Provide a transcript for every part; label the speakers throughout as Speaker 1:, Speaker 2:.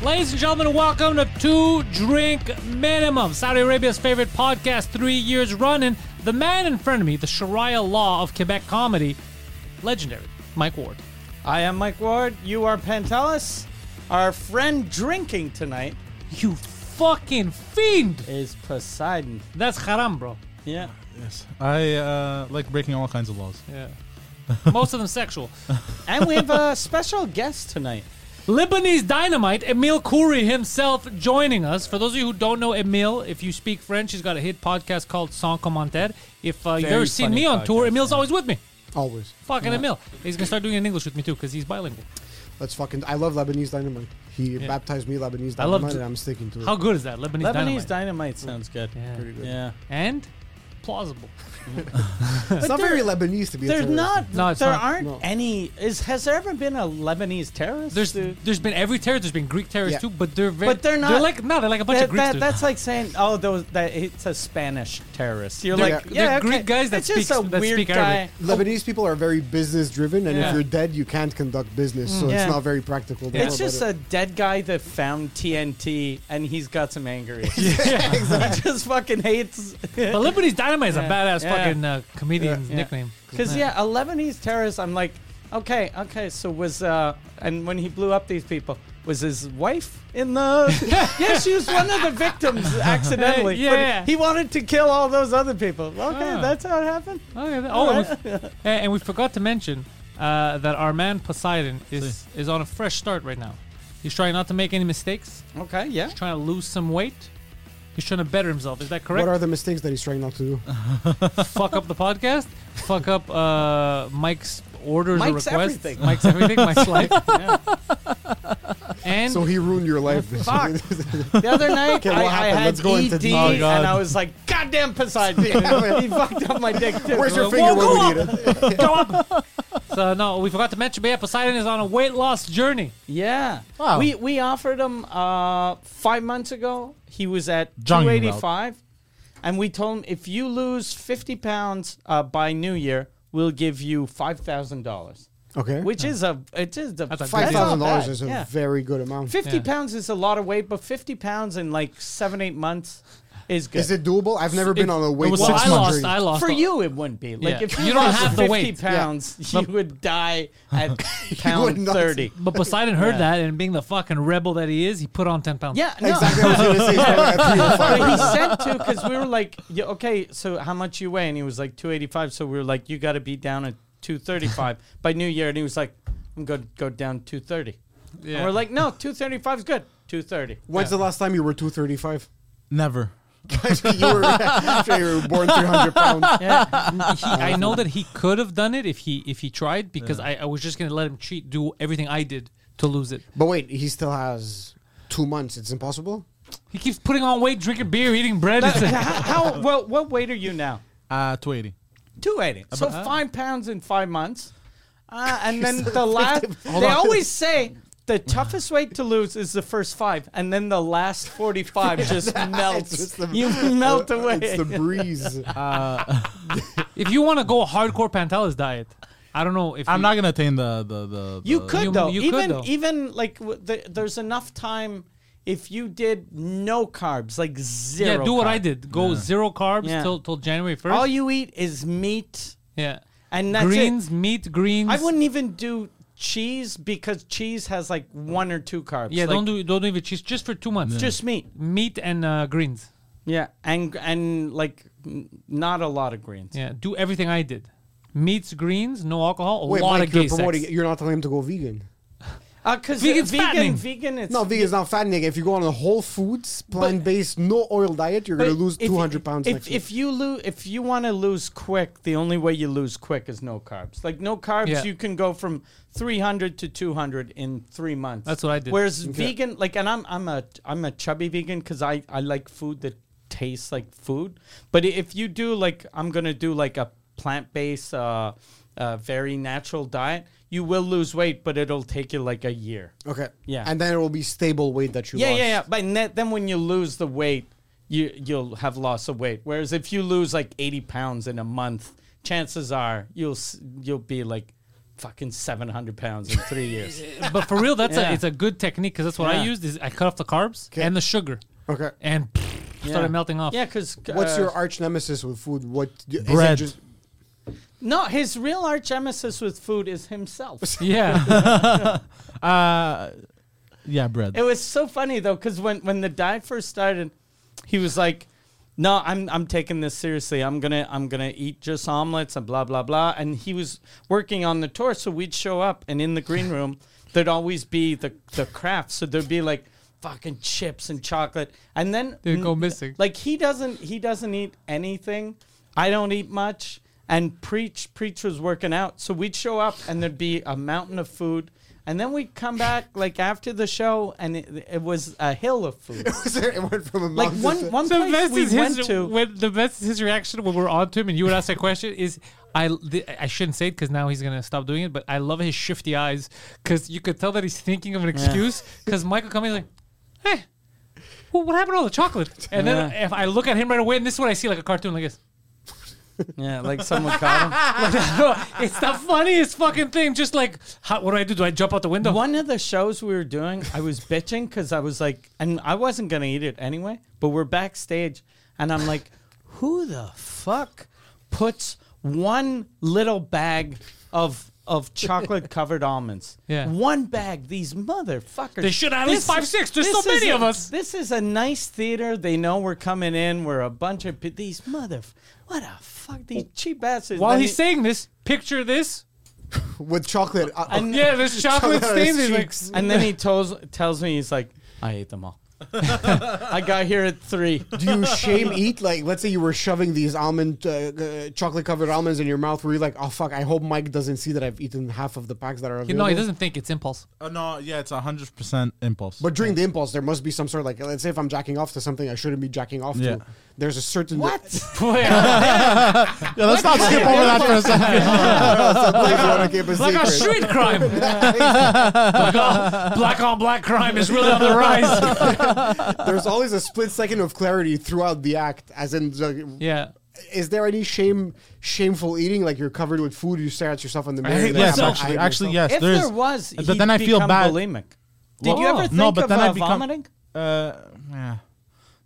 Speaker 1: Ladies and gentlemen, welcome to Two Drink Minimum, Saudi Arabia's favorite podcast, three years running. The man in front of me, the Sharia law of Quebec comedy, legendary, Mike Ward.
Speaker 2: I am Mike Ward. You are Pantelis. Our friend drinking tonight
Speaker 1: You fucking fiend!
Speaker 2: is Poseidon.
Speaker 1: That's haram, bro.
Speaker 2: Yeah.
Speaker 3: Yes, I uh, like breaking all kinds of laws.
Speaker 1: Yeah. Most of them sexual.
Speaker 2: And we have a special guest tonight.
Speaker 1: Lebanese dynamite, Emil Khoury himself joining us. For those of you who don't know Emil, if you speak French, he's got a hit podcast called Sans Commentaire. If uh, you've
Speaker 2: Very
Speaker 1: ever seen
Speaker 2: funny
Speaker 1: me on tour,
Speaker 2: podcast,
Speaker 1: Emil's always with me.
Speaker 4: Always.
Speaker 1: Fucking Emil. He's going to start doing it in English with me too because he's bilingual.
Speaker 4: Let's fucking. I love Lebanese dynamite. He baptized me Lebanese dynamite,
Speaker 1: I love to-
Speaker 4: and I'm sticking to it.
Speaker 1: How good is that? Lebanese, dynamite.
Speaker 2: Lebanese dynamite. sounds good.
Speaker 1: Yeah. Pretty
Speaker 4: good.
Speaker 2: Yeah.
Speaker 1: and plausible.
Speaker 4: it's not very Lebanese to be. a
Speaker 2: There's
Speaker 4: terrorist.
Speaker 2: not.
Speaker 1: No, it's
Speaker 2: there
Speaker 1: not.
Speaker 2: aren't
Speaker 4: No.
Speaker 2: any. Is has there ever been a Lebanese terrorist?
Speaker 1: There's
Speaker 2: dude?
Speaker 1: there's been every terrorist. There's been Greek terrorists
Speaker 4: Yeah.
Speaker 1: too, but they're very.
Speaker 2: But they're
Speaker 1: They're
Speaker 2: not-
Speaker 1: like no, they're like a bunch
Speaker 2: that,
Speaker 1: of Greeks.
Speaker 2: that-
Speaker 1: dude.
Speaker 2: that's like saying, oh, those that it's a Spanish terrorist. You're
Speaker 1: They're-
Speaker 2: like,
Speaker 1: they're
Speaker 2: yeah, okay.
Speaker 1: Greek guys that
Speaker 2: it's just
Speaker 1: speaks-
Speaker 2: a
Speaker 1: that
Speaker 2: weird
Speaker 1: speak
Speaker 2: guy.
Speaker 1: Arabic.
Speaker 4: Lebanese people are very business driven, and
Speaker 1: Yeah.
Speaker 4: if you're dead, you can't conduct business, so
Speaker 2: Yeah.
Speaker 4: it's not very practical. to
Speaker 2: It's
Speaker 4: know
Speaker 2: just
Speaker 4: about
Speaker 2: a dead guy that found TNT and he's got some anger issues.
Speaker 1: yeah.
Speaker 2: he just fucking hates.
Speaker 1: but Lebanese dynamite is a
Speaker 2: Yeah.
Speaker 1: badass
Speaker 2: Yeah.
Speaker 1: fucking uh, comedian's
Speaker 2: Yeah.
Speaker 1: nickname.
Speaker 2: Because yeah, a Lebanese terrorist. I'm like, okay, okay. So was uh, and when he blew up these people, was his wife in the? yeah, she was one of the victims accidentally.
Speaker 1: Yeah,
Speaker 2: but
Speaker 1: yeah.
Speaker 2: he wanted to kill all those other people. Okay,
Speaker 1: Ah.
Speaker 2: that's how it happened.
Speaker 1: Okay, that- oh, and, we, and- and we forgot to mention uh, that our man Poseidon is is on a fresh start right now. He's trying not to make any mistakes.
Speaker 2: Okay, yeah.
Speaker 1: He's trying to lose some weight. He's trying to better himself. Is that
Speaker 4: it.
Speaker 1: correct?
Speaker 4: What are the mistakes that he's trying not to do?
Speaker 1: fuck up the podcast, fuck up uh, Mike's orders
Speaker 2: Mike's
Speaker 1: or requests,
Speaker 2: everything.
Speaker 1: Mike's everything, Mike's life, and
Speaker 4: So he ruined your life.
Speaker 2: Fuck. The other night,
Speaker 4: what
Speaker 2: I, I
Speaker 4: happened?
Speaker 2: had
Speaker 4: Let's go into
Speaker 2: ED,
Speaker 4: detail.
Speaker 3: Oh,
Speaker 2: and
Speaker 3: God.
Speaker 2: I was like, "Goddamn Poseidon, he fucked up my dick too."
Speaker 4: Where's
Speaker 1: Whoa,
Speaker 4: your finger
Speaker 1: go
Speaker 4: when we need it?
Speaker 1: so uh, no, we forgot to mention, but yeah, Poseidon is on a weight loss journey.
Speaker 2: Yeah.
Speaker 3: Wow.
Speaker 2: We we offered him uh, five months ago. He was at
Speaker 3: Jungle
Speaker 2: two eighty five, and we told him if you lose fifty pounds uh, by New Year, we'll give you five thousand dollars.
Speaker 4: Okay.
Speaker 2: Which is a it is the
Speaker 1: That's a
Speaker 4: Five
Speaker 1: That's not
Speaker 4: thousand dollars is a
Speaker 2: yeah.
Speaker 4: very good amount.
Speaker 2: fifty
Speaker 1: Yeah.
Speaker 2: pounds is a lot of weight, but fifty pounds in like seven eight months is good.
Speaker 4: Is it doable? I've never been on a weight
Speaker 3: was
Speaker 1: Well,
Speaker 3: six
Speaker 4: loss
Speaker 1: I lost.
Speaker 3: months.
Speaker 4: journey.
Speaker 1: I lost
Speaker 2: for
Speaker 1: a-
Speaker 2: you? It wouldn't be like
Speaker 1: Yeah.
Speaker 2: if
Speaker 1: You
Speaker 2: you,
Speaker 1: don't
Speaker 2: lost
Speaker 1: have the
Speaker 2: 50
Speaker 1: weight. Yeah.
Speaker 2: pounds, you would die at pound
Speaker 4: not.
Speaker 2: thirty.
Speaker 1: But Poseidon heard that, and being the fucking rebel that he is, he put on ten pounds.
Speaker 2: Yeah, no.
Speaker 4: Exactly. I was going to say. it's probably a three or five.
Speaker 2: but he said to because we were like, yeah, okay, so how much you weigh? And he was like 285. So we were like, you got to be down at 235 by New Year. And he was like, I'm going to go down 230. And we're like, no, 235 is good. 230.
Speaker 4: When's the last time you were two thirty five?
Speaker 3: Never.
Speaker 4: you were after you were born 300 pounds.
Speaker 1: He- I know that he could have done it if he if he tried, because I, I was just gonna let him cheat, do everything I did to lose it.
Speaker 4: But wait, he still has two months. It's impossible.
Speaker 1: He keeps putting on weight, drinking beer, eating bread. It's
Speaker 2: how,
Speaker 1: a-
Speaker 2: how well, what weight are you now?
Speaker 3: Uh, 280.
Speaker 2: 280. So five pounds in five months. Uh, and then the last, they
Speaker 3: on.
Speaker 2: always say the toughest weight to lose is the first five. And then the last 45 just melts.
Speaker 4: just the-
Speaker 2: you melt away.
Speaker 4: It's the breeze.
Speaker 1: if you want to go hardcore Pantelis diet, I don't know if
Speaker 3: I'm
Speaker 1: you-
Speaker 3: not gonna attain the the the.
Speaker 2: You
Speaker 3: the-
Speaker 2: could
Speaker 1: Uh, You-
Speaker 2: though.
Speaker 1: you could,
Speaker 2: even
Speaker 1: though.
Speaker 2: even like w- the, there's enough time if you did no carbs, like zero.
Speaker 1: Yeah, do what
Speaker 2: carb.
Speaker 1: I did. Go zero carbs
Speaker 2: Yeah.
Speaker 1: till till January first.
Speaker 2: All you eat is meat,
Speaker 1: yeah.
Speaker 2: and that's
Speaker 1: greens,
Speaker 2: it.
Speaker 1: meat, greens.
Speaker 2: I wouldn't even do cheese because cheese has like one or two carbs.
Speaker 1: Yeah,
Speaker 2: Like,
Speaker 1: don't do don't do even cheese just for two months.
Speaker 2: just meat.
Speaker 1: meat and uh, greens.
Speaker 2: Yeah, and and like n- not a lot of greens.
Speaker 1: Yeah, do everything I did. Meats, greens, no alcohol, a
Speaker 4: wait,
Speaker 1: lot
Speaker 4: Mike,
Speaker 1: of
Speaker 4: you're
Speaker 1: gay
Speaker 4: promoting.
Speaker 1: sex.
Speaker 4: You're not telling him to go vegan.
Speaker 2: Because
Speaker 1: Vegan's
Speaker 2: Uh, vegan,
Speaker 1: fattening.
Speaker 2: vegan, it's
Speaker 4: No, vegan's not fat, nigga. If you go on a whole foods, plant based, no oil diet, you're
Speaker 2: But
Speaker 4: gonna lose
Speaker 2: if-
Speaker 4: two hundred pounds
Speaker 2: If,
Speaker 4: next week.
Speaker 2: if you lose, if you want to lose quick, the only way you lose quick is no carbs. Like no carbs,
Speaker 1: Yeah.
Speaker 2: you can go from three hundred to two hundred in three months.
Speaker 1: That's what I did.
Speaker 2: Whereas vegan, like, and I'm I'm a I'm a chubby vegan because I I like food that tastes like food. But i- if you do like, I'm gonna do like a plant based, uh, uh, very natural diet. You will lose weight, but it'll take you like a year.
Speaker 4: okay.
Speaker 2: Yeah.
Speaker 4: And then it will be stable weight that you
Speaker 2: Yeah,
Speaker 4: lost.
Speaker 2: yeah, yeah. But ne- then when you lose the weight, you you'll have loss of weight. Whereas if you lose like eighty pounds in a month, chances are you'll s- you'll be like fucking seven hundred pounds in three years.
Speaker 1: but for real, that's
Speaker 2: Yeah.
Speaker 1: a it's a good technique because that's what I
Speaker 2: Yeah.
Speaker 1: used. Is I cut off the carbs and the sugar,
Speaker 4: Okay.
Speaker 1: and started melting off.
Speaker 2: Yeah, uh, because
Speaker 4: What's your arch nemesis with food? What is it
Speaker 3: Bread.
Speaker 4: just-
Speaker 2: no? His real arch nemesis with food is himself.
Speaker 1: yeah.
Speaker 3: Uh, yeah, bread.
Speaker 2: It was so funny though, because when when the diet first started, he was like, "No, I'm I'm taking this seriously. I'm gonna I'm gonna eat just omelets and blah blah blah." And he was working on the tour, so we'd show up, and in the green room, there'd always be the the crafts. So there'd be like fucking chips and chocolate, and then
Speaker 1: They'd go missing.
Speaker 2: Like he doesn't he doesn't eat anything. I don't eat much. And preach preach was working out, so we'd show up and there'd be a mountain of food. And then we'd come back like after the show, and it, it was a hill of food.
Speaker 4: it went from a
Speaker 2: Like
Speaker 4: mountain
Speaker 2: one
Speaker 4: to-
Speaker 2: one
Speaker 1: the
Speaker 2: place
Speaker 1: best
Speaker 2: we
Speaker 1: is his,
Speaker 2: went to.
Speaker 1: when the best is his reaction when we're on to him and you would ask that question is I the, I shouldn't say it because now he's gonna stop doing it but I love his shifty eyes because you could tell that he's thinking of an excuse because Michael coming like hey well, what happened to all the chocolate and then
Speaker 2: Yeah.
Speaker 1: if I look at him right away and this is what I see like a cartoon like this
Speaker 2: yeah, like someone caught him.
Speaker 1: it's the funniest fucking thing just like how, what do I do do I jump out the window
Speaker 2: One of the shows we were doing, I was bitching because I was like, and I wasn't gonna eat it anyway. But we're backstage, and I'm like, who the fuck puts one little bag of of chocolate covered almonds?
Speaker 1: Yeah.
Speaker 2: one bag. These motherfuckers.
Speaker 1: They should have at least five, six. There's
Speaker 2: this
Speaker 1: so many
Speaker 2: is a-
Speaker 1: of us.
Speaker 2: This is a nice theater. They know we're coming in. We're a bunch of pe- these mother. What a fuck. These cheap asses.
Speaker 1: while
Speaker 2: Then
Speaker 1: he's
Speaker 2: he-
Speaker 1: saying this picture this
Speaker 4: with chocolate. Uh,
Speaker 2: And-
Speaker 1: yeah there's chocolate
Speaker 4: Chocolate on his
Speaker 1: stains he's like
Speaker 4: cheeks.
Speaker 2: And then he tells tells me he's like, I ate them all. I got here at three.
Speaker 4: Do you shame eat? Like, let's say you were shoving these almond, uh, uh, chocolate covered almonds in your mouth. Were you like, oh fuck, I hope Mike doesn't see that I've eaten half of the packs that are
Speaker 1: you
Speaker 4: available?
Speaker 1: know he doesn't think it's impulse
Speaker 3: Uh, no, yeah, it's hundred percent impulse.
Speaker 4: But during the impulse, there must be some sort of like, let's say if I'm jacking off to something I shouldn't be jacking off
Speaker 3: Yeah.
Speaker 4: to. There's a certain
Speaker 2: What?
Speaker 3: yeah, let's not skip over that for a second.
Speaker 1: Like a street crime. black, on, black on black crime is really on the rise.
Speaker 4: There's always a split second of clarity throughout the act, as in, like,
Speaker 1: Yeah.
Speaker 4: is there any shame, shameful eating? Like you're covered with food, you stare at yourself in the mirror.
Speaker 1: hate
Speaker 4: like,
Speaker 3: yes,
Speaker 4: "Am I
Speaker 3: actually,
Speaker 4: eating
Speaker 3: actually,
Speaker 4: myself?"
Speaker 3: yes.
Speaker 2: if
Speaker 3: there's,
Speaker 2: there was,
Speaker 3: but
Speaker 2: he'd
Speaker 3: then I feel
Speaker 2: become
Speaker 3: bad.
Speaker 2: bulimic. Did you
Speaker 3: Well,
Speaker 2: ever think
Speaker 3: no, but
Speaker 2: of
Speaker 3: then I
Speaker 2: uh,
Speaker 3: become-
Speaker 2: vomiting?
Speaker 3: Uh, yeah.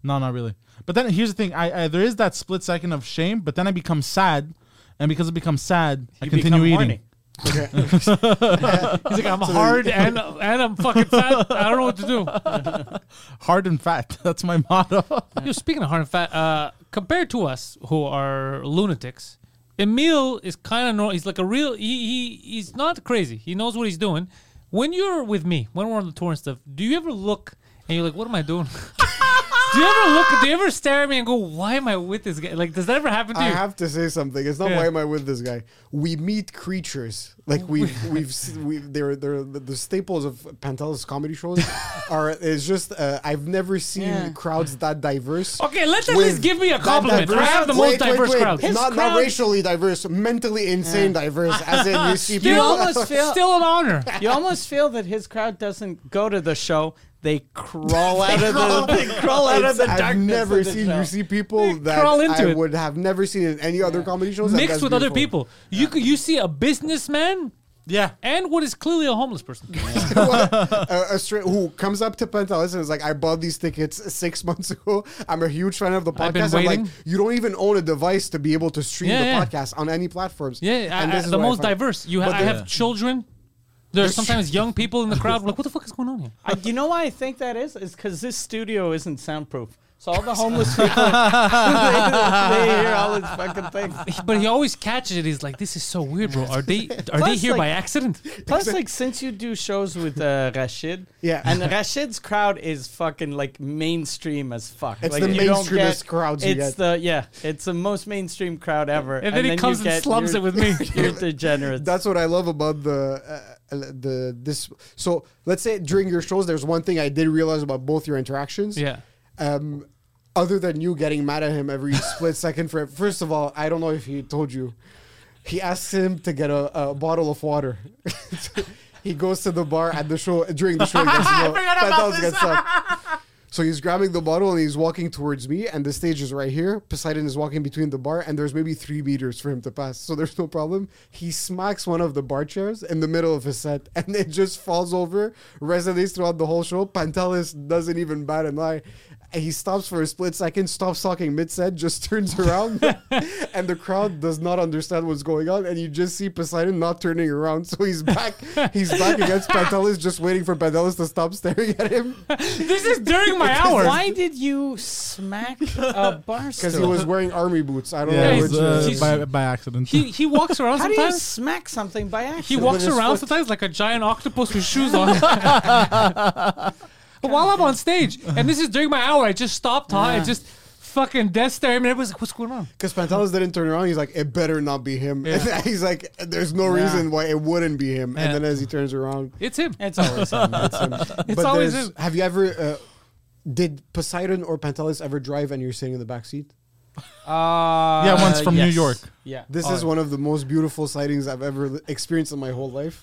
Speaker 3: No, not really. But then here's the thing: I, I there is that split second of shame, but then I become sad, and because I become sad, I
Speaker 2: You
Speaker 3: continue
Speaker 2: become
Speaker 3: eating.
Speaker 2: horny.
Speaker 1: He's like, I'm hard and and I'm fucking fat. I don't know what to do.
Speaker 3: Hard and fat. That's my motto.
Speaker 1: You know, speaking of hard and fat, uh, compared to us who are lunatics, Emil is kind of normal. He's like a real. He, he he's not crazy. He knows what he's doing. When you're with me, when we're on the tour and stuff, do you ever look and you're like, what am I doing? do you ever look? Do you ever stare at me and go, why am I with this guy? Like, does that ever happen to
Speaker 4: I
Speaker 1: you?
Speaker 4: have to say something. It's not
Speaker 1: Yeah. Oh
Speaker 4: why am I with this guy? We meet creatures like we've we've s- we've they're they're the, the staples of Pantelis comedy shows are it's just uh, I've never seen
Speaker 2: Yeah.
Speaker 4: crowds that diverse.
Speaker 1: Okay, let's at
Speaker 4: with
Speaker 1: least give me a
Speaker 4: that
Speaker 1: compliment. I
Speaker 4: diverse-
Speaker 1: have the most diverse crowd.
Speaker 4: Not,
Speaker 1: His
Speaker 4: not
Speaker 1: crowd-
Speaker 4: racially diverse, mentally insane diverse. As in, you see
Speaker 1: Still,
Speaker 4: people.
Speaker 2: almost feel-
Speaker 1: still an honor.
Speaker 2: You almost feel that his crowd doesn't go to the show. They crawl out of the they crawl out of
Speaker 4: It's-
Speaker 2: the
Speaker 4: I've
Speaker 2: darkness. of
Speaker 4: never
Speaker 2: the
Speaker 4: seen
Speaker 2: show.
Speaker 4: you see people that
Speaker 1: crawl into
Speaker 4: I
Speaker 1: it.
Speaker 4: would have never seen in any other comedy shows. and
Speaker 1: Mixed
Speaker 4: that's
Speaker 1: with other
Speaker 4: beautiful.
Speaker 1: people, you could you see a businessman
Speaker 3: yeah.
Speaker 1: and what is clearly a homeless person.
Speaker 4: a, a straight who comes up to Pantelis and is like, "I bought these tickets six months ago. I'm a huge fan of the
Speaker 1: I've been
Speaker 4: podcast." I'm like,
Speaker 1: waiting.
Speaker 4: "You don't even own a device to be able to stream
Speaker 1: Yeah,
Speaker 4: the
Speaker 1: yeah.
Speaker 4: podcast on any platforms."
Speaker 1: Yeah, I, I,
Speaker 4: is
Speaker 1: the
Speaker 4: what I
Speaker 1: most
Speaker 4: find-
Speaker 1: diverse. You ha-
Speaker 4: But
Speaker 1: I
Speaker 4: the-
Speaker 1: have children. There's sometimes young people in the crowd. Like, what the fuck is going on here?
Speaker 2: I, you know why I think that is? Is because this studio isn't soundproof. So all the homeless people, they, they hear all his fucking things.
Speaker 1: But he always catches it. He's like, "This is so weird, bro. Are they are they
Speaker 2: Plus,
Speaker 1: here by
Speaker 2: like-
Speaker 1: accident?"
Speaker 2: Plus, like, since you do shows with uh, Rashid,
Speaker 4: Yeah.
Speaker 2: and Rashid's crowd is fucking like mainstream as fuck.
Speaker 4: It's
Speaker 2: like,
Speaker 4: the
Speaker 2: you don't
Speaker 4: mainstreamest
Speaker 2: get-
Speaker 4: crowd you
Speaker 2: it's
Speaker 4: get.
Speaker 2: the yeah, it's the most mainstream crowd ever.
Speaker 1: And then he comes
Speaker 2: you
Speaker 1: and
Speaker 2: get
Speaker 1: slums
Speaker 2: your-
Speaker 1: it with me.
Speaker 2: Your degenerates.
Speaker 4: That's what I love about the uh, uh, the this. So let's say during your shows, there's one thing I did realize about both your interactions.
Speaker 1: Yeah.
Speaker 4: Um, other than you getting mad at him every split second for first of all, I don't know if he told you. He asks him to get a, a bottle of water. he goes to the bar at the show during the show. he gets, you know, $10,000 gets sucked. So he's grabbing the bottle and he's walking towards me, and the stage is right here. Poseidon is walking between the bar, and there's maybe three meters for him to pass, so there's no problem. He smacks one of the bar chairs in the middle of his set, and it just falls over, resonates throughout the whole show. Pantelis doesn't even bat an eye. And He stops for a split second, stops talking mid set, just turns around, and the crowd does not understand what's going on. And you just see Poseidon not turning around, so he's back, he's back against Pantelis, just waiting for Pantelis to stop staring at him.
Speaker 1: This is during my hour.
Speaker 2: Why did you smack a bar
Speaker 4: Because he
Speaker 2: stool?
Speaker 4: was wearing army boots. I don't
Speaker 3: Yeah,
Speaker 4: know.
Speaker 3: it
Speaker 1: Yeah,
Speaker 4: Which,
Speaker 3: was,
Speaker 1: it's-
Speaker 3: uh,
Speaker 1: he's-
Speaker 3: by, by accident.
Speaker 1: He he walks around
Speaker 2: How do you
Speaker 1: sometimes.
Speaker 2: smack something by accident?
Speaker 1: He walks
Speaker 4: his
Speaker 1: around
Speaker 4: foot.
Speaker 1: sometimes like a giant octopus with shoes on. While I'm on stage, and this is during my hour, I just stopped talking. I just fucking death stare him, and everybody's like, "What's going on?"
Speaker 4: Because Pantelis didn't turn around, he's like, "It better not be him."
Speaker 1: Yeah.
Speaker 4: he's like, "There's no
Speaker 2: Yeah.
Speaker 4: reason why it wouldn't be him."
Speaker 1: Yeah.
Speaker 4: And then as he turns around,
Speaker 1: It's him.
Speaker 2: It's always him.
Speaker 4: it's him. it's
Speaker 1: always him.
Speaker 4: Have you ever? Uh, did Poseidon or Pantelis ever drive and you're sitting in the back seat?
Speaker 2: Uh,
Speaker 3: Yeah, one's from New
Speaker 2: yes.
Speaker 3: York.
Speaker 2: Yeah.
Speaker 4: This
Speaker 2: Oh,
Speaker 4: is one of the most beautiful sightings I've ever li- experienced in my whole life.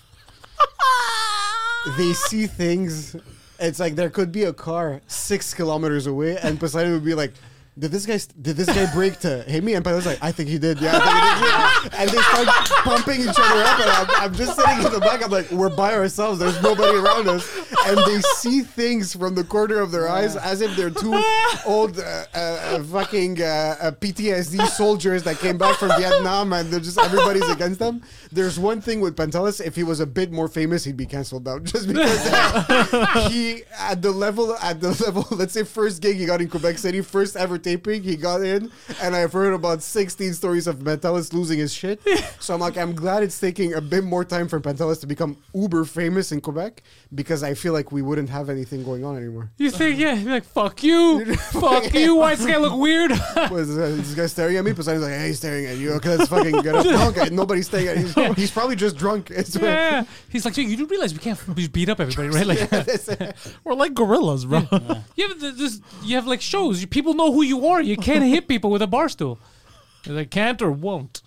Speaker 4: they see things. It's like there could be a car six kilometers away, and Poseidon would be like, "Did this guy? St- did this guy break to hit me?" And Poseidon's like, "I think he did. Yeah." I think he did. yeah." And they start pumping each other up, and I'm, I'm just sitting in the back. I'm like, "We're by ourselves. There's nobody around us." And they see things from the corner of their eyes, as if they're two old uh, uh, uh, fucking uh, uh, PTSD soldiers that came back from Vietnam, and they're just everybody's against them. There's one thing with Pantelis. If he was a bit more famous, he'd be canceled out just because he at the level at the level let's say first gig he got in Quebec City first ever taping he got in and I've heard about 16 stories of Pantelis losing his shit so I'm like I'm glad it's taking a bit more time for Pantelis to become uber famous in Quebec because I feel like we wouldn't have anything going on anymore
Speaker 1: You think, yeah, you're like, "Fuck you, fuck you." Why does this guy look weird?
Speaker 4: was uh, this guy staring at me Poseidon's like hey he's staring at you okay let's fucking get up no, okay nobody's staring at you he's, he's probably just drunk it's
Speaker 1: yeah, he's like, "Dude, you do realize we can't just beat up everybody, right?" Like,
Speaker 3: We're like gorillas, bro.
Speaker 1: you have th- this, you have like shows. You, people know who you are. You can't hit people with a bar stool. They can't or won't.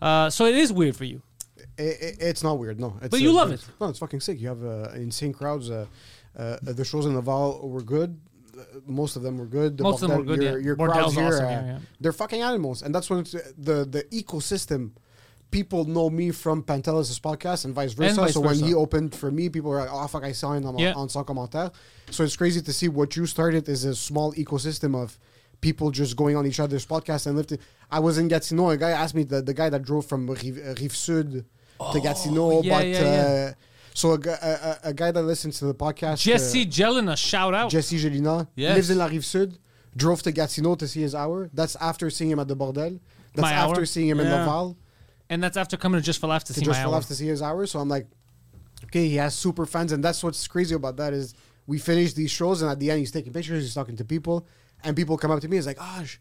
Speaker 1: Uh, so it is weird for you.
Speaker 4: It, it, it's not weird, no. It's,
Speaker 1: But you
Speaker 4: uh,
Speaker 1: love
Speaker 4: it's-
Speaker 1: it.
Speaker 4: No, it's fucking sick. You have uh, insane crowds. Uh, uh, the shows in Laval were good. Uh, Most of them were good. The
Speaker 1: Most of them were
Speaker 4: Bordel-
Speaker 1: good,
Speaker 4: Your,
Speaker 1: yeah.
Speaker 4: your
Speaker 1: Bordel's
Speaker 4: crowds here,
Speaker 1: awesome,
Speaker 4: uh,
Speaker 1: yeah, yeah.
Speaker 4: they're fucking animals, and that's when it's, uh, the the ecosystem. People know me from Pantelis' podcast and vice versa.
Speaker 1: vice
Speaker 4: so
Speaker 1: versa.
Speaker 4: when he opened for me, people were like, "Oh fuck, I saw him on,
Speaker 1: Yeah.
Speaker 4: on sans commentaire." So it's crazy to see what you started is a small ecosystem of people just going on each other's podcasts and lifting. I was in Gatineau. A guy asked me the, the guy that drove from Rive, uh, Rive Sud to Gatineau,
Speaker 1: Oh, yeah,
Speaker 4: but
Speaker 1: yeah, yeah.
Speaker 4: Uh, so a, gu- a, a, a guy that listens to the podcast,
Speaker 1: Jesse Jelena, shout
Speaker 4: uh,
Speaker 1: out.
Speaker 4: Jesse Gelina,
Speaker 3: Yes.
Speaker 4: lives in La Rive Sud, drove to Gatineau to see his hour. That's after seeing him at the Bordel. That's
Speaker 1: My
Speaker 4: after
Speaker 1: hour?
Speaker 4: seeing him in
Speaker 3: Yeah.
Speaker 4: Laval
Speaker 1: and that's after coming to Just for Laughs to
Speaker 4: to
Speaker 1: see
Speaker 4: just
Speaker 1: my
Speaker 4: for
Speaker 1: hour.
Speaker 4: laughs to see his hours. So I'm like, okay, he has super fans, and that's what's crazy about that is we finish these shows, and at the end he's taking pictures, he's talking to people, and people come up to me, he's like, ah, j-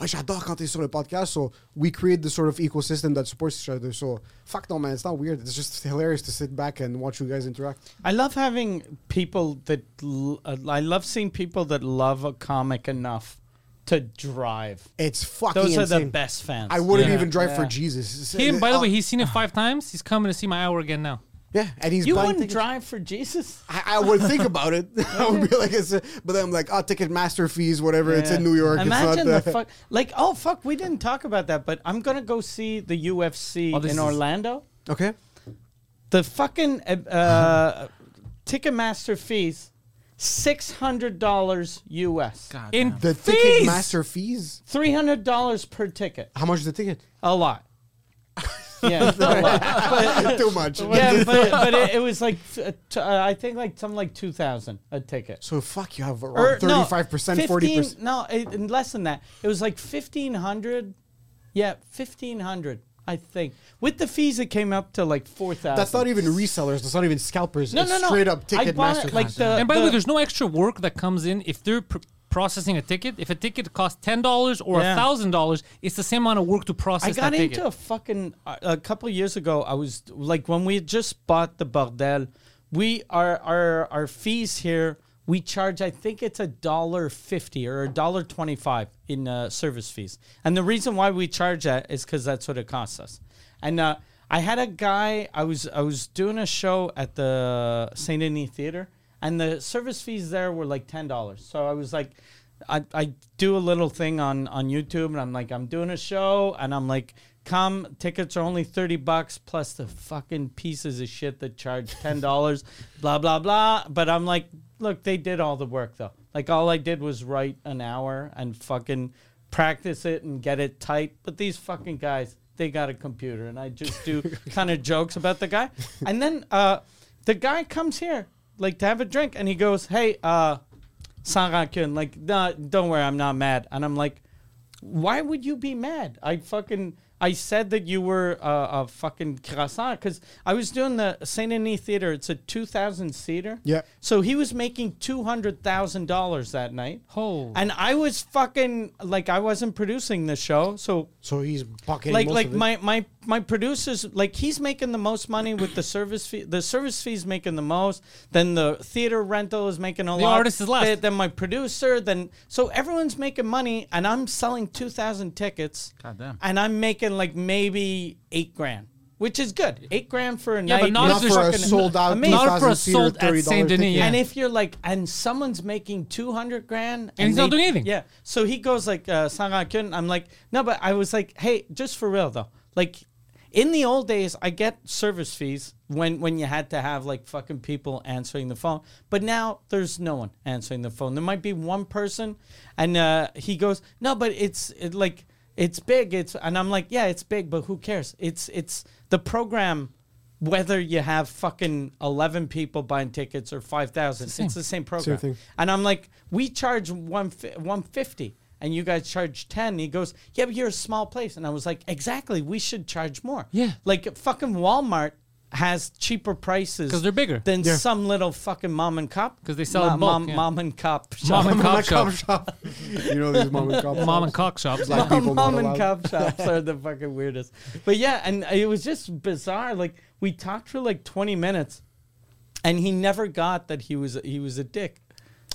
Speaker 4: ah, j'adore quand t'es sur le podcast. So we create this sort of ecosystem that supports each other. So fuck no, man, it's not weird. It's just hilarious to sit back and watch you guys interact.
Speaker 2: I love having people that l- uh, I love seeing people that love a comic enough to drive.
Speaker 4: It's fucking
Speaker 2: Those are
Speaker 4: insane.
Speaker 2: the best fans.
Speaker 4: I wouldn't
Speaker 1: Yeah.
Speaker 4: even drive for
Speaker 2: Yeah.
Speaker 4: Jesus.
Speaker 1: Him, by the
Speaker 4: Uh,
Speaker 1: way, he's seen it five times. He's coming to see my hour again now.
Speaker 4: yeah, and he's
Speaker 2: you
Speaker 4: buying
Speaker 2: wouldn't
Speaker 4: tickets.
Speaker 2: drive for Jesus.
Speaker 4: I, I would think about it. I would be like, it's a, but then I'm like, oh, Ticketmaster fees, whatever. It's
Speaker 2: Yeah.
Speaker 4: in New York. it's
Speaker 2: Imagine
Speaker 4: not, uh,
Speaker 2: the fuck. Like, oh fuck, we didn't talk about that, but I'm gonna go see the UFC
Speaker 1: Oh, this
Speaker 2: in
Speaker 1: is-
Speaker 2: Orlando.
Speaker 4: Okay.
Speaker 2: The fucking uh, uh, Ticketmaster fees, six hundred dollars US,
Speaker 1: In
Speaker 4: The
Speaker 1: fees!
Speaker 4: Ticketmaster fees?
Speaker 2: three hundred dollars per ticket.
Speaker 4: How much is the ticket?
Speaker 2: A lot. Yeah, a lot.
Speaker 4: Too much.
Speaker 2: yeah, but, but it, it was like uh, t- uh, I think like something like two thousand a ticket.
Speaker 4: So fuck, you have
Speaker 2: Or
Speaker 4: around
Speaker 2: Er, no,
Speaker 4: Oh, thirty-five percent,
Speaker 2: 15
Speaker 4: forty percent.
Speaker 2: No, it, and less than that. It was like fifteen hundred. Yeah, fifteen hundred. I think with the fees, it came up to like four thousand.
Speaker 4: That's not even resellers. That's not even scalpers.
Speaker 2: no,
Speaker 4: it's
Speaker 2: no, no.
Speaker 4: straight up
Speaker 2: I
Speaker 4: ticket
Speaker 2: bought
Speaker 4: master.
Speaker 2: it, like the,
Speaker 1: And by the, way,
Speaker 2: the-
Speaker 1: there's no extra work that comes in if they're pr- processing a ticket. If a ticket costs ten dollars or
Speaker 2: Yeah.
Speaker 1: thousand dollars, it's the same amount of work to process.
Speaker 2: I got
Speaker 1: that
Speaker 2: into
Speaker 1: ticket.
Speaker 2: a fucking uh, a couple years ago. I was like when we had just bought the bordel, we our our our fees here. We charge, I think it's a dollar fifty or a dollar twenty five in uh, service fees, and the reason why we charge that is because that's what it costs us. And uh, I had a guy. I was I was doing a show at the Saint Denis Theater, and the service fees there were like ten dollars. So I was like, I, I do a little thing on on YouTube, and I'm like, I'm doing a show, and I'm like, come, tickets are only thirty bucks plus the fucking pieces of shit that charge ten dollars, blah blah blah. But I'm like, look, they did all the work though. Like all I did was write an hour and fucking practice it and get it tight. But these fucking guys, they got a computer, and I just do kind of jokes about the guy. And then uh, the guy comes here like to have a drink, and he goes, "Hey, uh, sans rancune, like, nah, don't worry, I'm not mad." And I'm like, "Why would you be mad? I fucking." I said that you were uh, a fucking croissant because I was doing the Saint Denis Theater. It's a two thousand seater.
Speaker 4: Yeah.
Speaker 2: So he was making two hundred thousand dollars that night.
Speaker 1: Holy.
Speaker 2: And I was fucking like I wasn't producing the show, so
Speaker 4: so he's bucketing
Speaker 2: like
Speaker 4: most
Speaker 2: like
Speaker 4: of it.
Speaker 2: my my my producers like he's making the most money with the service fee. The service fee's making the most. Then the theater rental is making a lot.
Speaker 1: artist is left.
Speaker 2: Then, then my producer. Then so everyone's making money, and I'm selling two thousand tickets.
Speaker 3: God damn.
Speaker 2: And I'm making like maybe eight grand, which is good. Eight grand for a
Speaker 1: Yeah,
Speaker 2: night.
Speaker 1: but not
Speaker 2: is
Speaker 1: if
Speaker 4: not
Speaker 1: there's
Speaker 4: for a
Speaker 1: fucking-
Speaker 4: sold out
Speaker 2: amazing.
Speaker 1: Not for a
Speaker 4: 2,000 seater,
Speaker 1: sold at
Speaker 4: $30
Speaker 1: Saint Denis,
Speaker 4: ticket.
Speaker 1: yeah.
Speaker 2: and if you're like, and someone's making two hundred grand,
Speaker 1: he's not doing anything.
Speaker 2: Yeah. So he goes like, uh, "Sangakyun." I'm like, no, but I was like, hey, just for real though, like. In the old days, I get service fees when, when you had to have like fucking people answering the phone. But now there's no one answering the phone. There might be one person, and uh, he goes, "No, but it's it, like it's big. It's and I'm like, yeah, it's big, but who cares? It's it's the program whether you have fucking 11 people buying tickets or 5,000. It's, the same program.
Speaker 4: thing.
Speaker 2: And I'm like, we charge one fi- 150 and you guys charge 10. He goes, yeah, but you're a small place. And I was like, exactly. We should charge more.
Speaker 1: Yeah.
Speaker 2: Like fucking Walmart has cheaper prices
Speaker 1: 'Cause they're bigger.
Speaker 2: than some little fucking mom and cop
Speaker 1: 'Cause they sell in
Speaker 2: Ma-
Speaker 1: bulk,
Speaker 2: mom,
Speaker 1: yeah.
Speaker 2: mom and cop shop.
Speaker 1: mom and
Speaker 4: Mom
Speaker 1: cop
Speaker 4: and cop
Speaker 1: shop,
Speaker 4: shop. you know these mom and cop
Speaker 1: mom and
Speaker 4: shops.
Speaker 1: cock shops.
Speaker 4: Like- people not
Speaker 2: mom and
Speaker 4: allowed.
Speaker 2: cop shops are the fucking weirdest. But yeah, and it was just bizarre. Like we talked for like twenty minutes, and he never got that he was he was a dick.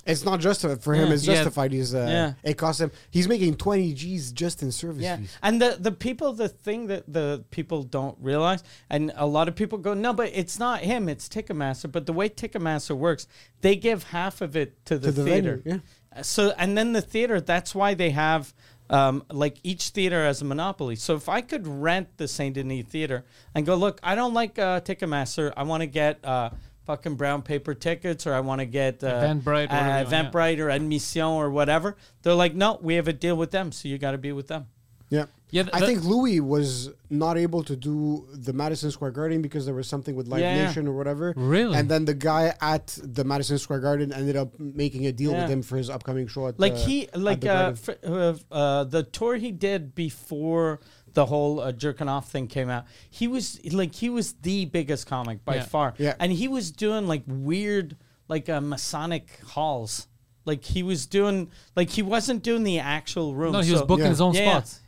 Speaker 4: It's not justified for him.
Speaker 2: Yeah.
Speaker 4: It's
Speaker 1: Yeah.
Speaker 4: justified. He's uh,
Speaker 2: Yeah.
Speaker 4: it costs him. He's making twenty G's just in service
Speaker 2: Yeah,
Speaker 4: fees.
Speaker 2: and the the people, the thing that the people don't realize, and a lot of people go, no, but it's not him, it's Ticketmaster. But the way Ticketmaster works, they give half of it to the,
Speaker 4: the
Speaker 2: theater.
Speaker 4: venue, yeah.
Speaker 2: Uh, So and then the theater, that's why they have um, like each theater has a monopoly. So if I could rent the Saint Denis theater and go, look, I don't like uh, Ticketmaster. I want to get uh, fucking brown paper tickets, or I want to get uh,
Speaker 1: Eventbrite,
Speaker 2: uh,
Speaker 1: whatever you want, yeah.
Speaker 2: Eventbrite or Admission or whatever. They're like, no, we have a deal with them, so you got to be with them.
Speaker 4: Yeah.
Speaker 1: Yeah, th-
Speaker 4: I
Speaker 1: that-
Speaker 4: think Louis was not able to do the Madison Square Garden because there was something with Live
Speaker 2: Yeah, yeah.
Speaker 4: Nation or whatever.
Speaker 1: Really?
Speaker 4: And then the guy at the Madison Square Garden ended up making a deal
Speaker 2: Yeah.
Speaker 4: with him for his upcoming show. At
Speaker 2: like
Speaker 4: the-
Speaker 2: he
Speaker 4: at
Speaker 2: like
Speaker 4: the
Speaker 2: uh,
Speaker 4: Garden.
Speaker 2: fr- uh, uh, the tour he did before the whole uh, jerking off thing came out he was like he was the biggest comic by
Speaker 1: Yeah.
Speaker 2: far
Speaker 4: Yeah.
Speaker 2: and he was doing like weird like uh, masonic halls like he was doing like he wasn't doing the actual room
Speaker 1: No, he was
Speaker 2: so-
Speaker 1: booking
Speaker 4: Yeah.
Speaker 1: his own
Speaker 2: Yeah, yeah.
Speaker 1: spots.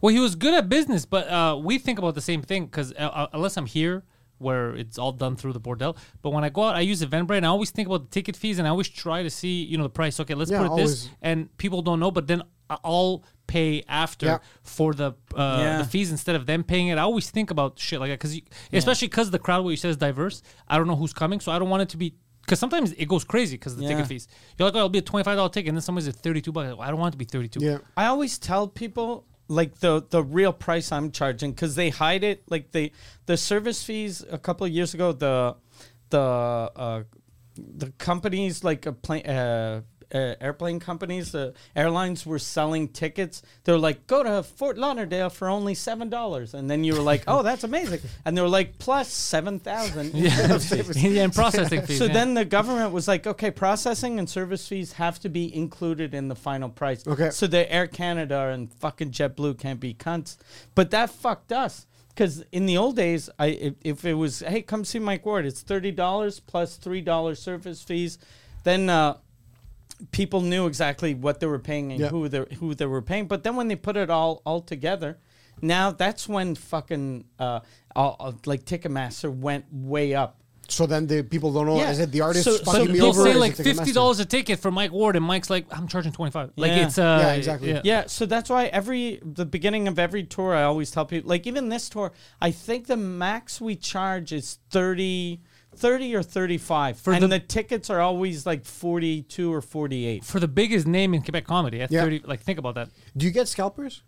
Speaker 1: Well, he was good at business, but uh, we think about the same thing because uh, uh, unless I'm here where it's all done through the bordel, but when I go out, I use Eventbrite and I always think about the ticket fees and I always try to see, you know, the price. Okay, let's
Speaker 4: Yeah,
Speaker 1: put it
Speaker 4: always.
Speaker 1: this, and people don't know, but then I- I'll pay after
Speaker 4: Yeah.
Speaker 1: for the uh,
Speaker 2: Yeah.
Speaker 1: the fees instead of them paying it. I always think about shit like that because especially because the crowd, what you said, is diverse. I don't know who's coming, so I don't want it to be. Because sometimes it goes crazy because the
Speaker 2: Yeah.
Speaker 1: ticket fees. You're like, oh, it'll be a twenty-five dollar ticket, and then somebody's at thirty-two bucks. I don't want it to be thirty-two.
Speaker 4: yeah.
Speaker 2: I always tell people like the the real price I'm charging because they hide it. Like they the service fees a couple of years ago the the uh, the companies like a plan uh, uh, airplane companies, uh, airlines were selling tickets. They're like, go to Fort Lauderdale for only seven dollars, and then you were like, oh, that's amazing, and they were like, plus seven thousand.
Speaker 1: yeah, and processing fees.
Speaker 2: So
Speaker 1: yeah.
Speaker 2: then the government was like, okay, processing and service fees have to be included in the final price.
Speaker 4: Okay.
Speaker 2: So the Air Canada and fucking JetBlue can't be cunts. But that fucked us. Because in the old days, I if, if it was, hey, come see Mike Ward, it's $30 plus $3 service fees, then uh, people knew exactly what they were paying and
Speaker 4: Yeah.
Speaker 2: who, they, who they were paying. But then when they put it all, all together, now that's when fucking uh, all, all- like Ticketmaster went way up.
Speaker 4: So then the people don't know.
Speaker 2: Yeah.
Speaker 4: Is it the artist
Speaker 2: So- so
Speaker 4: fucking me
Speaker 1: They'll
Speaker 4: over? or
Speaker 1: say
Speaker 4: is it
Speaker 1: like
Speaker 4: Ticketmaster?
Speaker 1: fifty dollars a ticket for Mike Ward, and Mike's like, "I'm charging 25 Like
Speaker 2: Yeah.
Speaker 1: it's uh,
Speaker 4: Yeah, exactly.
Speaker 2: Yeah, so that's why every the beginning of every tour, I always tell people, like even this tour, I think the max we charge is 30, 30 or thirty five, and
Speaker 1: the-
Speaker 2: the, tickets are always like forty two or forty eight.
Speaker 1: For the biggest name in Quebec comedy, at
Speaker 4: Yeah.
Speaker 1: thirty, like think about that.
Speaker 4: Do you get scalpers?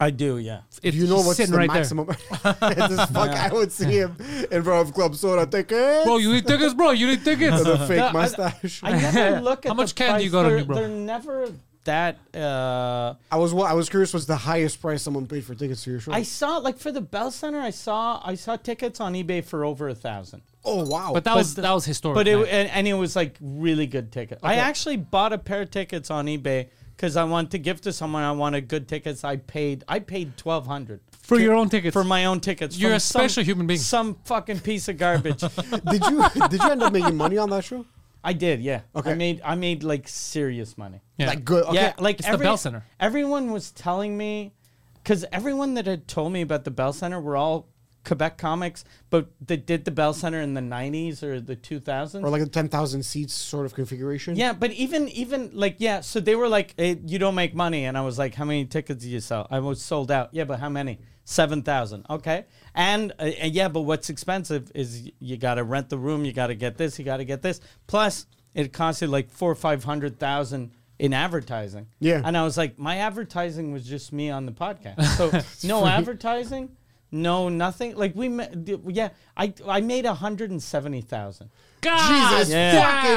Speaker 2: I do, yeah.
Speaker 1: It's
Speaker 4: Do you know
Speaker 1: he's
Speaker 4: what's
Speaker 1: sitting
Speaker 4: the
Speaker 1: right
Speaker 4: maximum? This fuck, I would see him in front of Club Soda ticket.
Speaker 1: there, bro. You need tickets, bro. You need tickets.
Speaker 4: with a fake
Speaker 2: No, I-
Speaker 4: mustache.
Speaker 2: I never look at
Speaker 1: How much
Speaker 2: the
Speaker 1: candy you
Speaker 2: price.
Speaker 1: got on
Speaker 2: They're-
Speaker 1: you, bro?
Speaker 2: They're never that. Uh,
Speaker 4: I was wa- I was curious. What's the highest price someone paid for tickets to your show?
Speaker 2: I saw like for the Bell Center, I saw I saw tickets on eBay for over a thousand.
Speaker 4: oh wow!
Speaker 1: but that was that was historic.
Speaker 2: But it
Speaker 1: man.
Speaker 2: and, and it was like really good ticket. I actually bought a pair of tickets on eBay because I wanted to give to someone. I wanted good tickets. I paid. I paid twelve hundred
Speaker 1: for your own tickets.
Speaker 2: for my own tickets.
Speaker 1: You're
Speaker 2: from
Speaker 1: a
Speaker 2: some-
Speaker 1: special human being.
Speaker 2: Some fucking piece of garbage.
Speaker 4: did you did you end up making money on that show?
Speaker 2: I did. Yeah.
Speaker 4: Okay.
Speaker 2: I made. I made like serious money.
Speaker 1: yeah.
Speaker 4: Like good. Okay.
Speaker 2: Yeah, like
Speaker 1: It's the
Speaker 2: every,
Speaker 1: Bell Center.
Speaker 2: Everyone was telling me, because everyone that had told me about the Bell Center were all Quebec comics, but they did the Bell Center in the '90s or the 2000s.
Speaker 4: or like a ten thousand seats sort of configuration.
Speaker 2: Yeah, but even even like yeah, so they were like, eh, "You don't make money," and I was like, "How many tickets do you sell?" I was sold out. Yeah, but how many? Seven thousand. Okay, and uh, uh, yeah, but what's expensive is y- you got to rent the room, you got to get this, you got to get this. Plus, it costs you like four or five hundred thousand in advertising.
Speaker 4: Yeah.
Speaker 2: and I was like, my advertising was just me on the podcast, so no advertising. No, nothing. Like we, ma- d- yeah, I I made a hundred and seventy thousand.
Speaker 1: God
Speaker 4: Jesus
Speaker 1: damn.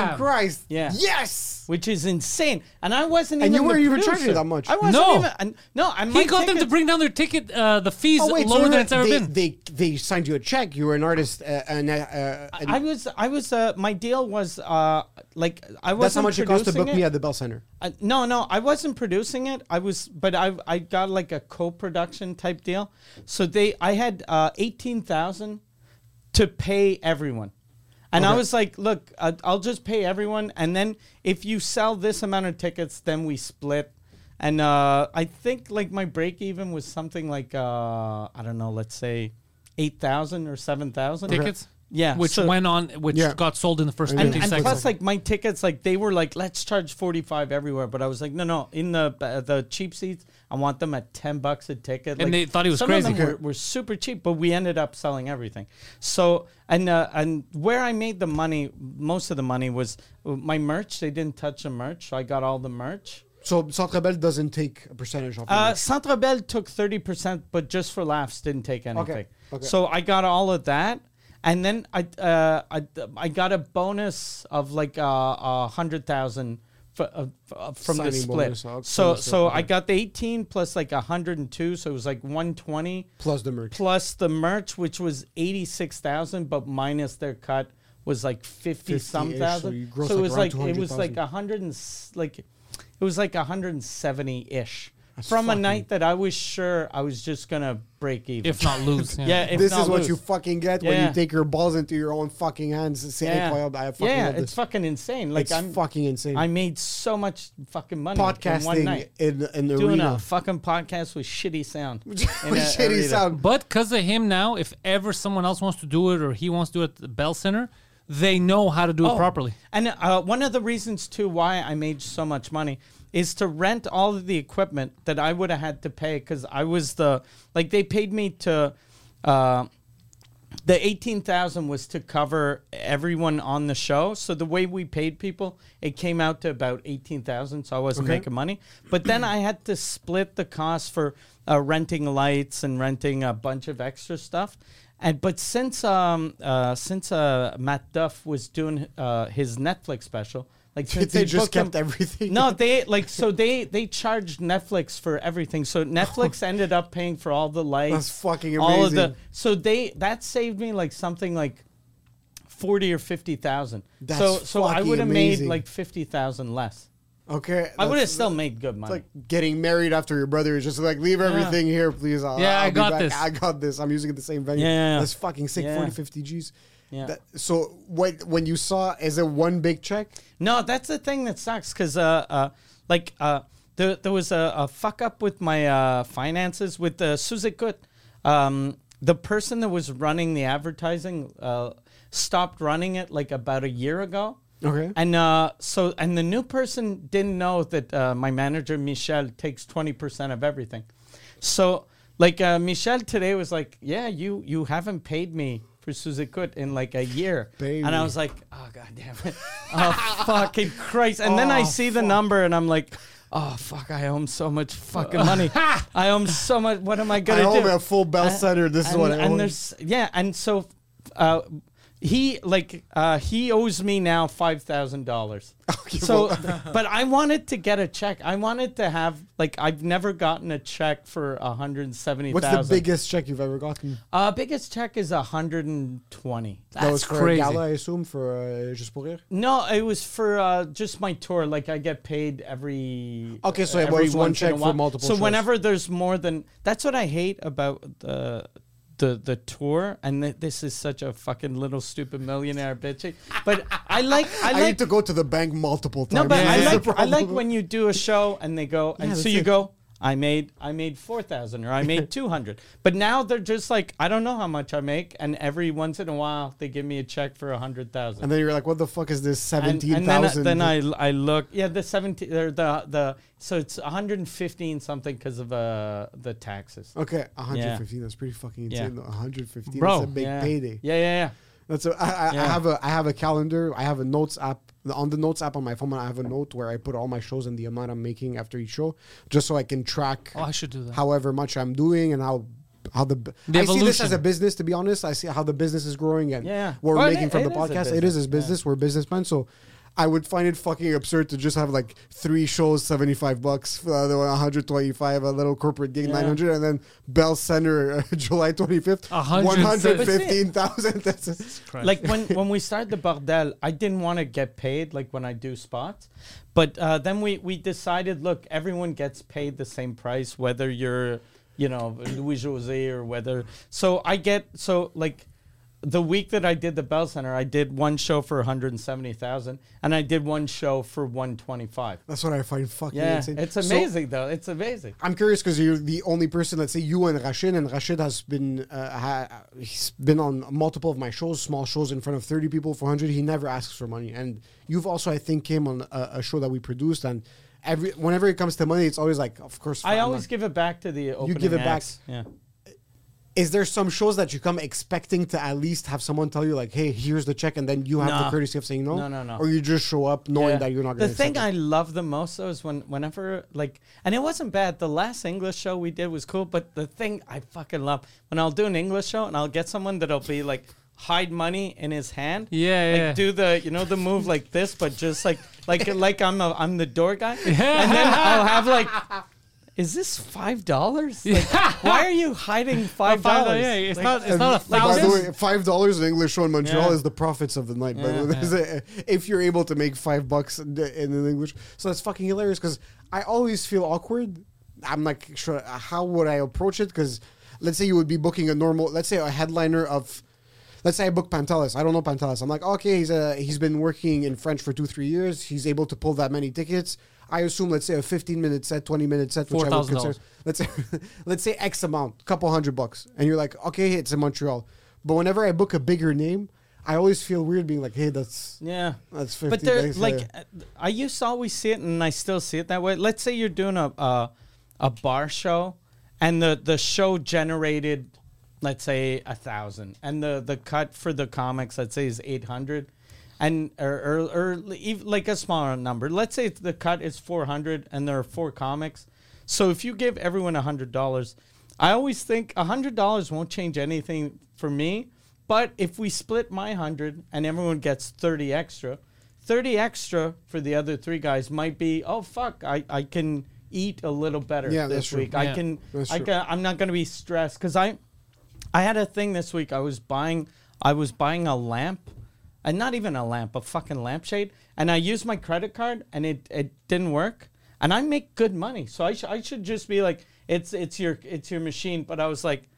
Speaker 4: fucking Christ!
Speaker 2: Yeah.
Speaker 4: Yes.
Speaker 2: which is insane. And I wasn't even.
Speaker 4: And you weren't
Speaker 2: the
Speaker 4: even
Speaker 2: producer.
Speaker 4: charging that much.
Speaker 2: I wasn't
Speaker 1: No.
Speaker 2: even. And, no, I
Speaker 1: He got them to bring down their ticket, uh, the fees
Speaker 4: Oh wait, so
Speaker 1: lower
Speaker 4: you're-
Speaker 1: than it's ever
Speaker 4: they,
Speaker 1: been.
Speaker 4: They they signed you a check. You were an artist, uh, and uh, uh, and
Speaker 2: I was. I was. Uh, my deal was uh, like I wasn't.
Speaker 4: that's how much it cost to
Speaker 2: producing
Speaker 4: book me at the Bell Center.
Speaker 2: Uh, no, no, I wasn't producing it. I was, but I I got like a co-production type deal. So they, I had uh, eighteen thousand to pay everyone, and I
Speaker 4: Okay.
Speaker 2: was like, look, uh, I'll just pay everyone, and then if you sell this amount of tickets, then we split. And uh, I think like my break even was something like uh, I don't know, let's say eight thousand or seven thousand
Speaker 1: tickets.
Speaker 2: Yeah,
Speaker 1: Which
Speaker 2: so-
Speaker 1: went on, which
Speaker 4: Yeah.
Speaker 1: got sold in the first
Speaker 4: And-
Speaker 1: 15
Speaker 2: and, and
Speaker 1: seconds.
Speaker 2: plus, like my tickets, like they were like, let's charge forty five everywhere, but I was like, no, no, in the uh, the cheap seats, I want them at ten bucks a ticket.
Speaker 1: And
Speaker 2: Like,
Speaker 1: they thought he was
Speaker 2: some
Speaker 1: crazy.
Speaker 2: Of them were, were super cheap, but we ended up selling everything. So and uh, and where I made the money, most of the money was uh, my merch. They didn't touch the merch, so I got all the merch.
Speaker 4: So Centre Bell doesn't take a percentage off.
Speaker 2: Uh,
Speaker 4: Uh,
Speaker 2: Centre Bell took 30%, but just for laughs, didn't take anything.
Speaker 4: okay.
Speaker 2: So I got all of that. And then I, uh, I, I got a bonus of like a uh, hundred thousand for, uh, f- uh, from the
Speaker 4: Signing
Speaker 2: split.
Speaker 4: bonus, uh,
Speaker 2: so
Speaker 4: bonus,
Speaker 2: so
Speaker 4: okay.
Speaker 2: I got the eighteen plus like hundred and two, so it was like one twenty
Speaker 4: plus the merch.
Speaker 2: plus the merch, which was eighty six thousand, but minus their cut was like fifty
Speaker 4: 50-ish,
Speaker 2: some
Speaker 4: so you
Speaker 2: thousand. So,
Speaker 4: gross
Speaker 2: it
Speaker 4: like
Speaker 2: was like
Speaker 4: around
Speaker 2: it was like
Speaker 4: 200,000.
Speaker 2: a hundred and s- like it was like a hundred and seventy ish
Speaker 4: That's
Speaker 2: from a
Speaker 4: fucking-
Speaker 2: night that I was sure I was just gonna break even.
Speaker 1: if not lose. Yeah.
Speaker 2: yeah, if
Speaker 4: this
Speaker 2: not
Speaker 4: is what
Speaker 2: lose.
Speaker 4: you fucking get when
Speaker 2: Yeah.
Speaker 4: you take your balls into your own fucking hands. and Say, hey, Coyote, I fucking
Speaker 2: yeah,
Speaker 4: love
Speaker 2: it's
Speaker 4: this.
Speaker 2: fucking insane. Like
Speaker 4: It's
Speaker 2: I'm
Speaker 4: fucking insane.
Speaker 2: I made so much fucking money in one
Speaker 4: podcasting
Speaker 2: night
Speaker 4: in in the
Speaker 2: doing
Speaker 4: arena.
Speaker 2: a fucking podcast with shitty sound. in
Speaker 4: With
Speaker 2: a
Speaker 4: shitty
Speaker 2: arena.
Speaker 4: sound.
Speaker 1: But because of him now, if ever someone else wants to do it or he wants to do it at the Bell Center, they know how to do it
Speaker 2: Oh,
Speaker 1: properly.
Speaker 2: And uh, one of the reasons too why I made so much money is to rent all of the equipment that I would have had to pay because I was the like they paid me to. Uh, the 18,000 was to cover everyone on the show. So the way we paid people, it came out to about 18,000, so I wasn't making money. But then I had to split the cost for uh, renting lights and renting a bunch of extra stuff. And but since um uh, since uh, Matt Duff was doing uh, his Netflix special, Like since
Speaker 4: they just
Speaker 2: booked him-
Speaker 4: kept everything.
Speaker 2: No, they like so they they charged Netflix for everything. So Netflix ended up paying for all the lights.
Speaker 4: That's fucking
Speaker 2: All of the
Speaker 4: amazing.
Speaker 2: so they that saved me like something like forty or fifty thousand.
Speaker 4: That's
Speaker 2: So so I
Speaker 4: fucking
Speaker 2: would have made
Speaker 4: amazing.
Speaker 2: like fifty thousand less.
Speaker 4: Okay.
Speaker 2: I would have
Speaker 4: that's-
Speaker 2: still made good money.
Speaker 4: It's like getting married after your brother is just like, leave everything here, please. I'll,
Speaker 1: Yeah, I
Speaker 4: I'll
Speaker 1: got
Speaker 4: be back.
Speaker 1: this.
Speaker 4: I got this. I'm using it the same venue.
Speaker 2: Yeah.
Speaker 4: That's fucking sick.
Speaker 2: Yeah.
Speaker 4: 40, 50 G's.
Speaker 2: Yeah.
Speaker 4: That- so what when you saw is it one big check?
Speaker 2: No, that's the thing that sucks because uh, uh, like uh, there, there was a, a fuck up with my uh, finances with uh, Suzy Good. Um, the person that was running the advertising uh, stopped running it like about a year ago.
Speaker 4: Okay.
Speaker 2: And uh, so, and the new person didn't know that uh, my manager Michelle takes twenty percent of everything. So, like uh, Michelle today was like, "Yeah, you you haven't paid me for Suzy Kut in like a year," and I
Speaker 4: Baby.
Speaker 2: was like, "Oh god damn it! Oh fucking Christ!" And then
Speaker 4: Oh,
Speaker 2: I see the number and I'm like. Oh fuck! I owe him so much fucking money. I owe him so much. What am I gonna
Speaker 4: I
Speaker 2: do?
Speaker 4: owe him a full Bell
Speaker 2: And-
Speaker 4: Center. This is
Speaker 2: and,
Speaker 4: what I
Speaker 2: and
Speaker 4: owe.
Speaker 2: there's yeah, and so uh, he like uh, he owes me now five thousand dollars. So, but I wanted to get a check. I wanted to have like I've never gotten a check for a hundred and seventy
Speaker 4: What's
Speaker 2: thousand.
Speaker 4: the biggest check you've ever gotten?
Speaker 2: Uh, biggest check is a hundred and twenty.
Speaker 4: that was
Speaker 1: That's
Speaker 4: for
Speaker 1: crazy.
Speaker 4: a gala, I assume, for uh, Just Pour Rire?
Speaker 2: No, it was for uh, just my tour. Like I get paid every. uh,
Speaker 4: Okay, so it
Speaker 2: every
Speaker 4: was one
Speaker 2: once in a
Speaker 4: check for
Speaker 2: while.
Speaker 4: multiple
Speaker 2: So
Speaker 4: shows.
Speaker 2: whenever there's more than that's what I hate about the the the tour, and th- this is such a fucking little stupid millionaire bitchy. But I like I
Speaker 4: I,
Speaker 2: like
Speaker 4: need to go to the bank multiple times.
Speaker 2: no, but
Speaker 4: This
Speaker 2: I
Speaker 4: is the
Speaker 2: like I like
Speaker 4: problem.
Speaker 2: when you do a show and they go and so
Speaker 4: that's
Speaker 2: you
Speaker 4: it.
Speaker 2: go. I made I made four thousand or I made two hundred, but now they're just like I don't know how much I make, and every once in a while they give me a check for a hundred thousand.
Speaker 4: And then you're like, what the fuck is this?
Speaker 2: And-
Speaker 4: 17,000.
Speaker 2: And then, I, then I, I look. Yeah, the seventeen or the the so it's one hundred and fifteen something because of uh the taxes.
Speaker 4: Okay, 115. That's pretty fucking
Speaker 2: Yeah.
Speaker 4: insane. though. 115.
Speaker 1: Bro.
Speaker 4: That's a big
Speaker 2: yeah.
Speaker 4: payday.
Speaker 2: Yeah, yeah,
Speaker 4: That's a, I, I,
Speaker 2: Yeah.
Speaker 4: I have a I have a calendar. I have a notes app. The- On the notes app on my phone, I have a note where I put all my shows and the amount I'm making after each show, just so I can track.
Speaker 1: Oh, I should do that.
Speaker 4: However much I'm doing and how how the, b
Speaker 1: The
Speaker 4: I see this as a
Speaker 1: evolution.
Speaker 4: business. To be honest, I see how the business is growing and
Speaker 2: Yeah.
Speaker 4: what we're
Speaker 2: Well,
Speaker 4: making
Speaker 2: it-
Speaker 4: from
Speaker 2: it
Speaker 4: the
Speaker 2: is a
Speaker 4: podcast. It is
Speaker 2: business,
Speaker 4: as business. We're businessmen, so. I would find it fucking absurd to just have like three shows, seventy five bucks, for the other one, one hundred twenty five, a little corporate gig,
Speaker 2: Yeah.
Speaker 4: nine hundred, and then Bell Center, uh, July twenty fifth,
Speaker 1: A hundred
Speaker 4: one
Speaker 1: and
Speaker 4: hundred
Speaker 1: seven-
Speaker 4: fifteen thousand. That's it.
Speaker 2: yeah. Like when when we started the bordel, I didn't want to get paid like when I do spots, but uh, then we we decided, look, everyone gets paid the same price, whether you're you know Louis Jose or whether. So I get so like. The week that I did the Bell Center, I did one show for 170,000 and I did one show for 125.
Speaker 4: That's what I find fucking
Speaker 2: Yeah,
Speaker 4: insane.
Speaker 2: it's
Speaker 4: So,
Speaker 2: amazing though. It's amazing.
Speaker 4: I'm curious because you're the only person. Let's say you and Rashid, and Rashid has been uh, ha, he's been on multiple of my shows, small shows in front of 30 people, 400. He never asks for money, and you've also I think came on a, a show that we produced, and every whenever it comes to money, it's always like, of
Speaker 2: I
Speaker 4: course. fine,
Speaker 2: always
Speaker 4: like-
Speaker 2: give it back to the opening
Speaker 4: give it back.
Speaker 2: acts. Yeah.
Speaker 4: Is there some shows that you come expecting to at least have someone tell you like, hey, here's the check, and then you have the
Speaker 2: No.
Speaker 4: courtesy of saying no,
Speaker 2: No, no, no.
Speaker 4: or you just show up knowing
Speaker 2: Yeah.
Speaker 4: that you're not
Speaker 2: The
Speaker 4: going to.
Speaker 2: thing I love the most though is when whenever like and it wasn't bad. The last English show we did was cool, but the thing I fucking love when I'll do an English show and I'll get someone that'll be like hide money in his hand.
Speaker 1: Yeah,
Speaker 2: Like
Speaker 1: yeah.
Speaker 2: do the you know the move like this, but just like like like I'm a I'm the door guy. And then I'll have like is this five dollars? Like, why are you hiding five
Speaker 1: $5,
Speaker 2: dollars?
Speaker 1: yeah, it's
Speaker 2: Like, um,
Speaker 1: not- it's not a
Speaker 2: like
Speaker 4: By the
Speaker 2: this-
Speaker 4: way, five dollars in English show in Montreal
Speaker 2: Yeah.
Speaker 4: is the profits of the night. by the
Speaker 2: Yeah.
Speaker 4: way. There's a- if you're able to make five bucks in in an English, so that's fucking hilarious. Because I always feel awkward. I'm like, sure, how would I approach it? Because let's say you would be booking a normal, let's say a headliner of. Let's say I book Pantelis. I don't know Pantelis. I'm like, okay, he's uh he's been working in French for two, three years. He's able to pull that many tickets. I assume, let's say a 15 minute set, 20 minute set, which I would
Speaker 1: $4,000.
Speaker 4: consider let's say, let's say X amount, couple hundred bucks, and you're like, okay, it's in Montreal. But whenever I book a bigger name, I always feel weird being like, hey, that's
Speaker 2: Yeah,
Speaker 4: That's 50
Speaker 2: But they're
Speaker 4: days
Speaker 2: like,
Speaker 4: later.
Speaker 2: uh, I used to always see it, and I still see it that way. Let's say you're doing a a, a bar show, and the the show generated, let's say a thousand, and the the cut for the comics, let's say, is eight hundred. And or, or, or ev- like a smaller number. Let's say the cut is four hundred, and there are four comics. So if you give everyone hundred dollars, I always think hundred dollars won't change anything for me. But if we split my hundred and everyone gets thirty extra, 30 extra for the other three guys might be, oh, fuck, I, I can eat a little better
Speaker 4: Yeah, that's
Speaker 2: this
Speaker 4: true.
Speaker 2: week.
Speaker 1: Yeah.
Speaker 2: I can,
Speaker 4: That's
Speaker 2: I
Speaker 4: true.
Speaker 2: can, I'm not going to be stressed because I, I had a thing this week. I was buying, I was buying a lamp, and not even a lamp, a fucking lampshade. And I used my credit card, and it it didn't work. And I make good money, so I, sh- I should just be like, it's it's your it's your machine. But I was like,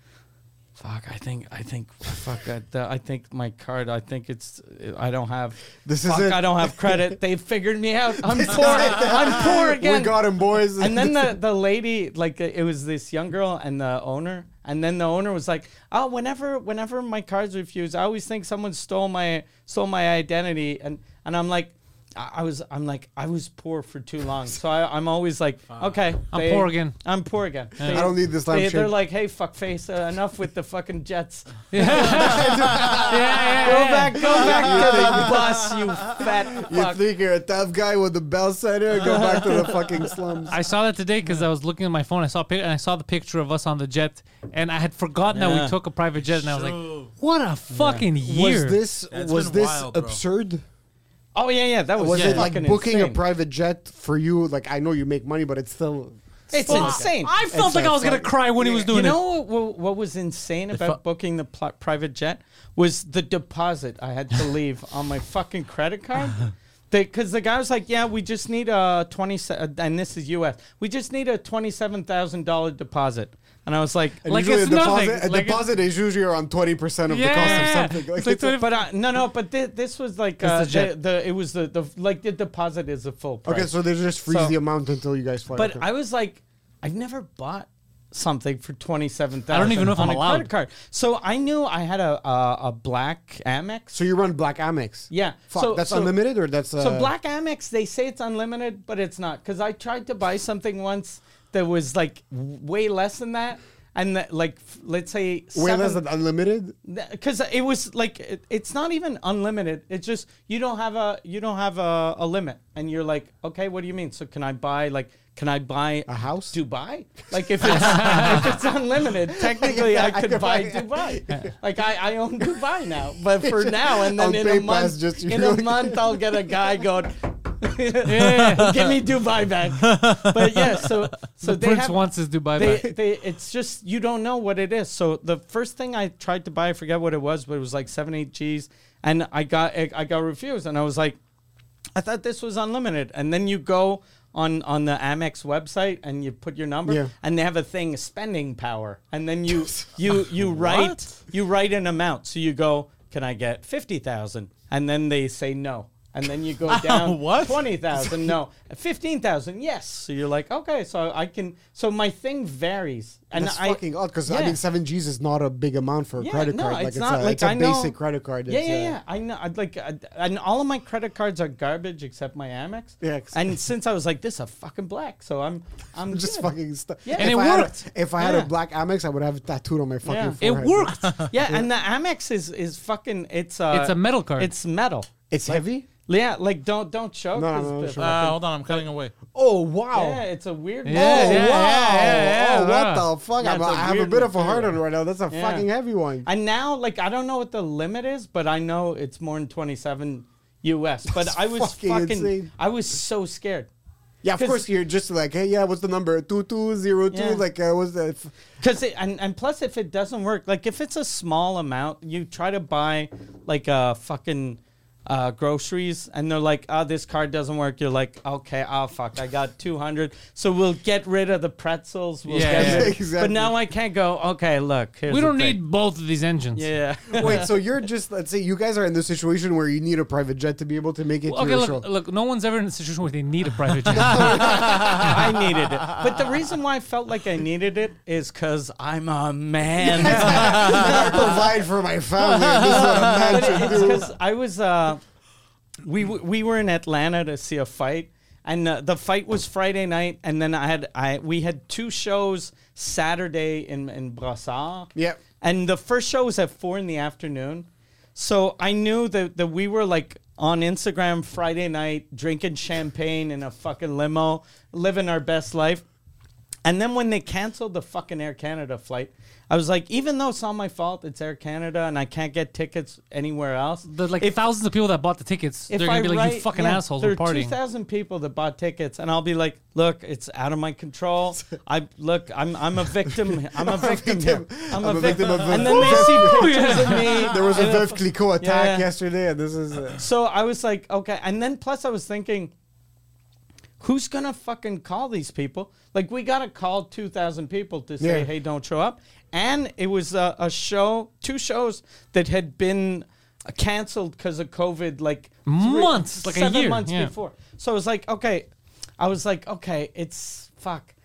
Speaker 2: fuck, I think I think fuck, I, the- I think my card, I think it's I don't have
Speaker 4: This is
Speaker 2: fuck,
Speaker 4: it.
Speaker 2: I don't have credit. They figured me out. I'm poor. I'm poor again.
Speaker 4: We got him, boys.
Speaker 2: And then the, the lady, like uh, it was this young girl and the owner, and then the owner was like, "Oh, whenever whenever my cards refuse, I always think someone stole my stole my identity." And and I'm like, I, I was I'm like I was poor for too long, so I, I'm always like, okay,
Speaker 1: I'm poor again.
Speaker 2: I'm poor again.
Speaker 4: I don't need this
Speaker 2: They,
Speaker 4: lampshade.
Speaker 2: they're like, hey, fuckface, uh, enough with the fucking jets.
Speaker 1: yeah, yeah, yeah,
Speaker 2: Go
Speaker 1: yeah.
Speaker 2: back, go back to the bus, you fat
Speaker 4: you
Speaker 2: fuck.
Speaker 4: think you're a tough guy with a bell center? Go back to the fucking slums.
Speaker 1: I saw that today because I was looking at my phone. I saw a pic- and I saw the picture of us on the jet, and I had forgotten that
Speaker 2: Yeah.
Speaker 1: we took a private jet. And I was like,
Speaker 3: True.
Speaker 1: "What a fucking year!"
Speaker 4: Was this
Speaker 3: That's
Speaker 4: was
Speaker 3: been
Speaker 4: this
Speaker 3: wild, bro.
Speaker 4: absurd?
Speaker 2: Oh yeah, yeah, that was,
Speaker 4: Was it like
Speaker 2: fucking
Speaker 4: booking a
Speaker 2: insane.
Speaker 4: private jet for you? Like I know you make money, but it's still
Speaker 2: It's insane.
Speaker 1: I felt
Speaker 4: It's
Speaker 1: like I
Speaker 4: a
Speaker 1: was gonna
Speaker 4: fuck-
Speaker 1: cry when he was doing
Speaker 2: you know what- what, what was insane about booking the pl- private jet was the deposit I had to leave on my fucking credit card. Because the guy was like, "Yeah, we just need a twenty, se- uh, and this is U.S. We just need a twenty-seven thousand dollar deposit." And I was like,
Speaker 4: And
Speaker 1: Like
Speaker 4: usually
Speaker 1: it's
Speaker 4: a
Speaker 1: nothing.
Speaker 4: deposit, a
Speaker 1: Like it-
Speaker 4: deposit is usually around twenty percent
Speaker 1: it.
Speaker 4: of
Speaker 1: Yeah,
Speaker 4: the cost of something.
Speaker 1: It's like
Speaker 4: it's-
Speaker 1: 25
Speaker 2: "But uh, no, no, but thi- this was like uh,
Speaker 1: That's the
Speaker 2: the, the,
Speaker 1: jet.
Speaker 2: it was the, the like the deposit is the full price."
Speaker 4: okay, so they just freeze
Speaker 2: So-
Speaker 4: the amount until you guys fly.
Speaker 2: But
Speaker 4: okay.
Speaker 2: I was like, I've never bought something for twenty seven thousand.
Speaker 1: I don't even know if
Speaker 2: on
Speaker 1: I'm
Speaker 2: a
Speaker 1: allowed.
Speaker 2: credit card. So I knew I had a a, a black Amex.
Speaker 4: so you run Black Amex.
Speaker 2: yeah,
Speaker 4: Fuck,
Speaker 2: so
Speaker 4: that's
Speaker 2: so-
Speaker 4: unlimited or that's uh,
Speaker 2: so black Amex, they say it's unlimited, but it's not. Because I tried to buy something once that was like w- way less than that, and that, like f- let's say
Speaker 4: Wait, that's
Speaker 2: seven-
Speaker 4: not unlimited.
Speaker 2: because it was like it, it's not even unlimited it's just you don't have a you don't have a, a limit and you're like okay what do you mean so can i buy like can i buy
Speaker 4: A house?
Speaker 2: dubai like if it's if it's unlimited technically i could buy dubai like i i own dubai now but for now and then
Speaker 4: On
Speaker 2: in a
Speaker 4: PayPal,
Speaker 2: month
Speaker 4: just
Speaker 2: in
Speaker 4: really-
Speaker 2: a month i'll get a guy going yeah, give me Dubai back. But yeah, so so they
Speaker 1: Prince
Speaker 2: have,
Speaker 1: wants his Dubai
Speaker 2: they,
Speaker 1: back.
Speaker 2: they, it's just you don't know what it is. So the first thing I tried to buy, I forget what it was, but it was like seven, eight G's, and I got I I got refused, and I was like, I thought this was unlimited, and then you go on on the Amex website and you put your number,
Speaker 4: Yeah.
Speaker 2: and they have a thing spending power, and then you you you write you write an amount, so you go, can I get fifty thousand, and then they say no. And then you go down
Speaker 3: What?
Speaker 2: twenty thousand, no, fifteen thousand, yes. So you're like, okay, so I can. So my thing varies, and
Speaker 4: that's
Speaker 2: I,
Speaker 4: fucking odd because I
Speaker 2: Yeah.
Speaker 4: mean seven G's is not a big amount for a
Speaker 2: Yeah,
Speaker 4: credit
Speaker 2: no,
Speaker 4: card.
Speaker 2: it's
Speaker 4: like it's,
Speaker 2: not,
Speaker 4: a,
Speaker 2: like,
Speaker 4: it's a
Speaker 2: I know-
Speaker 4: basic credit card.
Speaker 2: Yeah,
Speaker 4: It's,
Speaker 2: yeah,
Speaker 4: uh,
Speaker 2: yeah. I know. I'd like, i and all of my credit cards are garbage except my Amex.
Speaker 4: Yeah, ex-
Speaker 2: And since I was like, this a fucking black, so I'm, I'm
Speaker 4: Just
Speaker 2: good.
Speaker 4: fucking stuff.
Speaker 2: Yeah.
Speaker 1: And it
Speaker 4: I had a-
Speaker 1: worked.
Speaker 4: if I had
Speaker 2: Yeah.
Speaker 4: a black Amex, I would have it tattooed on my fucking
Speaker 1: it
Speaker 2: Yeah.
Speaker 4: forehead.
Speaker 1: worked.
Speaker 2: Yeah, and the Amex is is fucking. It's uh,
Speaker 1: It's a metal card.
Speaker 2: It's metal.
Speaker 4: It's heavy.
Speaker 2: Yeah, like don't don't choke.
Speaker 4: No, no,
Speaker 2: 'cause
Speaker 4: no,
Speaker 2: the
Speaker 4: sure.
Speaker 3: Uh,
Speaker 2: fucking-
Speaker 3: hold on, I'm cutting away.
Speaker 4: Oh wow.
Speaker 2: Yeah, it's a weird.
Speaker 1: Yeah,
Speaker 4: Oh
Speaker 1: yeah,
Speaker 4: wow!
Speaker 1: yeah, yeah,
Speaker 4: oh,
Speaker 1: yeah.
Speaker 4: what the fuck? I'm,
Speaker 2: That's
Speaker 4: I
Speaker 2: a
Speaker 4: have a
Speaker 2: weird
Speaker 4: bit of a hard
Speaker 2: material.
Speaker 4: on right now. That's a
Speaker 2: Yeah.
Speaker 4: fucking heavy one.
Speaker 2: And now, like, I don't know what the limit is, but I know it's more than 27 US. But I was
Speaker 4: fucking
Speaker 2: fucking,
Speaker 4: insane.
Speaker 2: I was so scared.
Speaker 4: yeah, of
Speaker 2: 'cause-
Speaker 4: course you're just like, hey, yeah, what's the number? Two two zero two.
Speaker 2: Yeah.
Speaker 4: Like, uh, what's the? F-
Speaker 2: Cause it, and, and plus, if it doesn't work, like, if it's a small amount, you try to buy, like, uh, fucking uh, groceries, and they're like, oh, this card doesn't work. You're like, okay, oh, fuck, I got 200. So we'll get rid of the pretzels. We'll
Speaker 1: Yeah,
Speaker 2: get
Speaker 1: yeah.
Speaker 2: rid
Speaker 4: Exactly.
Speaker 2: But now I can't go, okay, look. Here's
Speaker 1: we
Speaker 2: the
Speaker 1: don't
Speaker 2: thing."
Speaker 1: need both of these engines.
Speaker 2: Yeah.
Speaker 4: Wait, so you're just let's say you guys are in the situation where you need a private jet to be able to make it to
Speaker 1: Okay,
Speaker 4: your
Speaker 1: look,
Speaker 4: show.
Speaker 1: look. No one's ever in a situation where they need a private jet.
Speaker 2: I needed it. But the reason why I felt like I needed it is because I'm a man.
Speaker 4: I provide for my family. and This is what a man
Speaker 2: but
Speaker 4: should
Speaker 2: it's
Speaker 4: do.
Speaker 2: because I was, uh, we, w- we were in Atlanta to see a fight. And uh, the fight was Friday night, and then I had I we had two shows Saturday in in Brassard.
Speaker 4: Yep.
Speaker 2: And the first show was at four in the afternoon, so I knew that that we were like on Instagram Friday night drinking champagne in a fucking limo, living our best life. And then when they canceled the fucking Air Canada flight, I was like, even though it's not my fault, it's Air Canada and I can't get tickets anywhere else.
Speaker 1: There's like
Speaker 2: if,
Speaker 1: thousands of people that bought the tickets.
Speaker 2: if
Speaker 1: They're gonna
Speaker 2: I
Speaker 1: be like, you
Speaker 2: write-
Speaker 1: fucking
Speaker 2: yeah,
Speaker 1: assholes,
Speaker 2: There
Speaker 1: we're
Speaker 2: are two
Speaker 1: partying.
Speaker 2: thousand people that bought tickets, and I'll be like, "Look, it's out of my control. I look, I'm I'm a victim. I'm a victim. here. I'm, a victim.
Speaker 4: of a-
Speaker 2: and then they see pictures of me.
Speaker 4: There was a
Speaker 2: in the
Speaker 4: Veuve
Speaker 2: fu-
Speaker 4: Clicquot attack
Speaker 2: Yeah.
Speaker 4: yesterday, and this is. Uh,
Speaker 2: So I was like, okay. And then plus I was thinking, who's gonna fucking call these people? Like we gotta call two thousand people to say,
Speaker 4: Yeah.
Speaker 2: hey, don't show up. And it was a, a show, two shows that had been uh, canceled because of COVID, like three-
Speaker 1: Months, like a
Speaker 2: seven
Speaker 1: year,
Speaker 2: months
Speaker 1: yeah.
Speaker 2: before. So it was like, okay, I was like, okay, it's fuck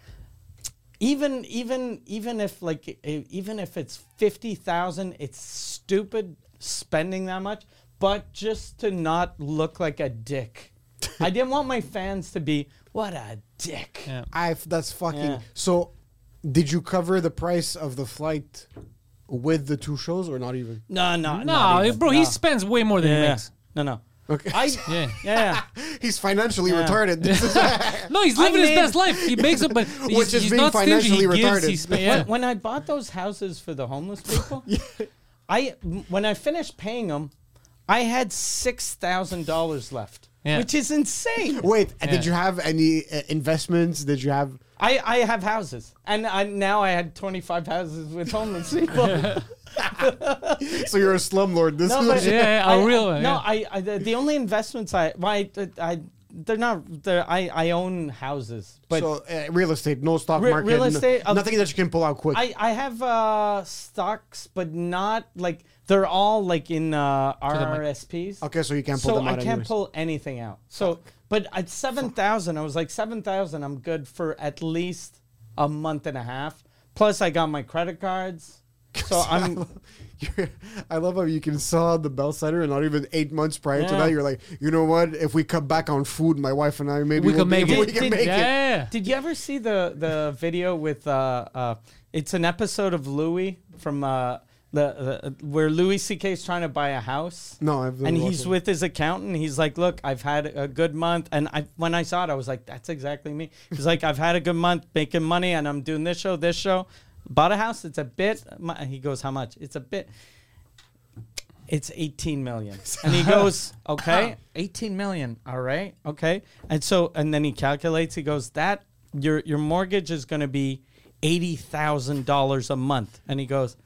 Speaker 2: even even even if like e- even if it's 50,000 it's stupid spending that much but just to not look like a dick i didn't want my fans to be what a dick
Speaker 1: Yeah.
Speaker 4: I that's fucking.
Speaker 2: Yeah.
Speaker 4: So, did you cover the price of the flight with the two shows or not even?
Speaker 2: no no
Speaker 1: No,
Speaker 2: not even,
Speaker 1: bro, he
Speaker 2: no.
Speaker 1: spends way more than he
Speaker 2: yeah.
Speaker 1: makes.
Speaker 2: no no
Speaker 4: Okay.
Speaker 2: i
Speaker 1: Yeah.
Speaker 2: yeah,
Speaker 4: He's financially retarded. This is-
Speaker 1: No, he's living his
Speaker 2: made-
Speaker 1: best life. He makes up, but he's,
Speaker 4: Which is
Speaker 1: he's
Speaker 4: being
Speaker 1: not stingy. He
Speaker 4: financially
Speaker 1: gives,
Speaker 4: retarded.
Speaker 1: he spe- yeah.
Speaker 2: When, when i bought those houses for the homeless people i when i finished paying them i had $6,000 left
Speaker 1: Yeah.
Speaker 2: which is insane
Speaker 4: Wait, uh,
Speaker 1: Yeah.
Speaker 4: did you have any uh, investments? Did you have?
Speaker 2: I, I have houses, and I, now I had 25 houses with homeless people. no,
Speaker 4: So you're a slumlord. This
Speaker 2: but
Speaker 4: is
Speaker 1: Yeah, yeah, a
Speaker 2: I-
Speaker 1: real
Speaker 2: I-
Speaker 1: one,
Speaker 2: No,
Speaker 1: yeah.
Speaker 2: I, I the the only investments I why I, I they're not they're I I own houses, but
Speaker 4: so uh, real estate, no stock
Speaker 2: Re-
Speaker 4: market,
Speaker 2: real
Speaker 4: no-
Speaker 2: estate, um,
Speaker 4: nothing that you can pull out quick.
Speaker 2: I I have uh stocks, but not like they're all like in uh, RRSPs.
Speaker 4: okay, so you can't pull
Speaker 2: so
Speaker 4: them
Speaker 2: I
Speaker 4: out.
Speaker 2: can't
Speaker 4: anyways.
Speaker 2: pull anything out. So, but at seven thousand, I was like seven thousand. I'm good for at least a month and a half. Plus, I got my credit cards. So I'm
Speaker 4: You're- I love how you can sell out the Bell Center and not even eight months prior to
Speaker 2: Yeah.
Speaker 4: that. You're like, you know what? If we cut back on food, my wife and I
Speaker 1: We
Speaker 4: maybe we'll
Speaker 1: can
Speaker 4: be
Speaker 1: make
Speaker 4: able-
Speaker 1: it.
Speaker 4: We can
Speaker 2: Did-
Speaker 4: make it.
Speaker 1: yeah.
Speaker 2: Did you ever see the the video with uh uh? It's an episode of Louis from uh the, the where Louis C.K. is trying to buy a house.
Speaker 4: No, I've never
Speaker 2: and
Speaker 4: watched
Speaker 2: he's
Speaker 4: it.
Speaker 2: with his accountant. He's like, "Look, I've had a good month." And I when I saw it, I was like, "That's exactly me." He's like, "I've had a good month making money, and I'm doing this show, this show, bought a house. It's a bit." My, he goes, "How much?" It's a bit. It's 18 million. And he goes, okay, 18 million. All right. Okay. And so, and then he calculates, he goes, that your, your mortgage is going to be $80,000 a month. And he goes,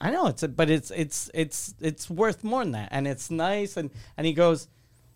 Speaker 2: I know it's, a, but it's, it's, it's, it's worth more than that. And it's nice. And, and he goes,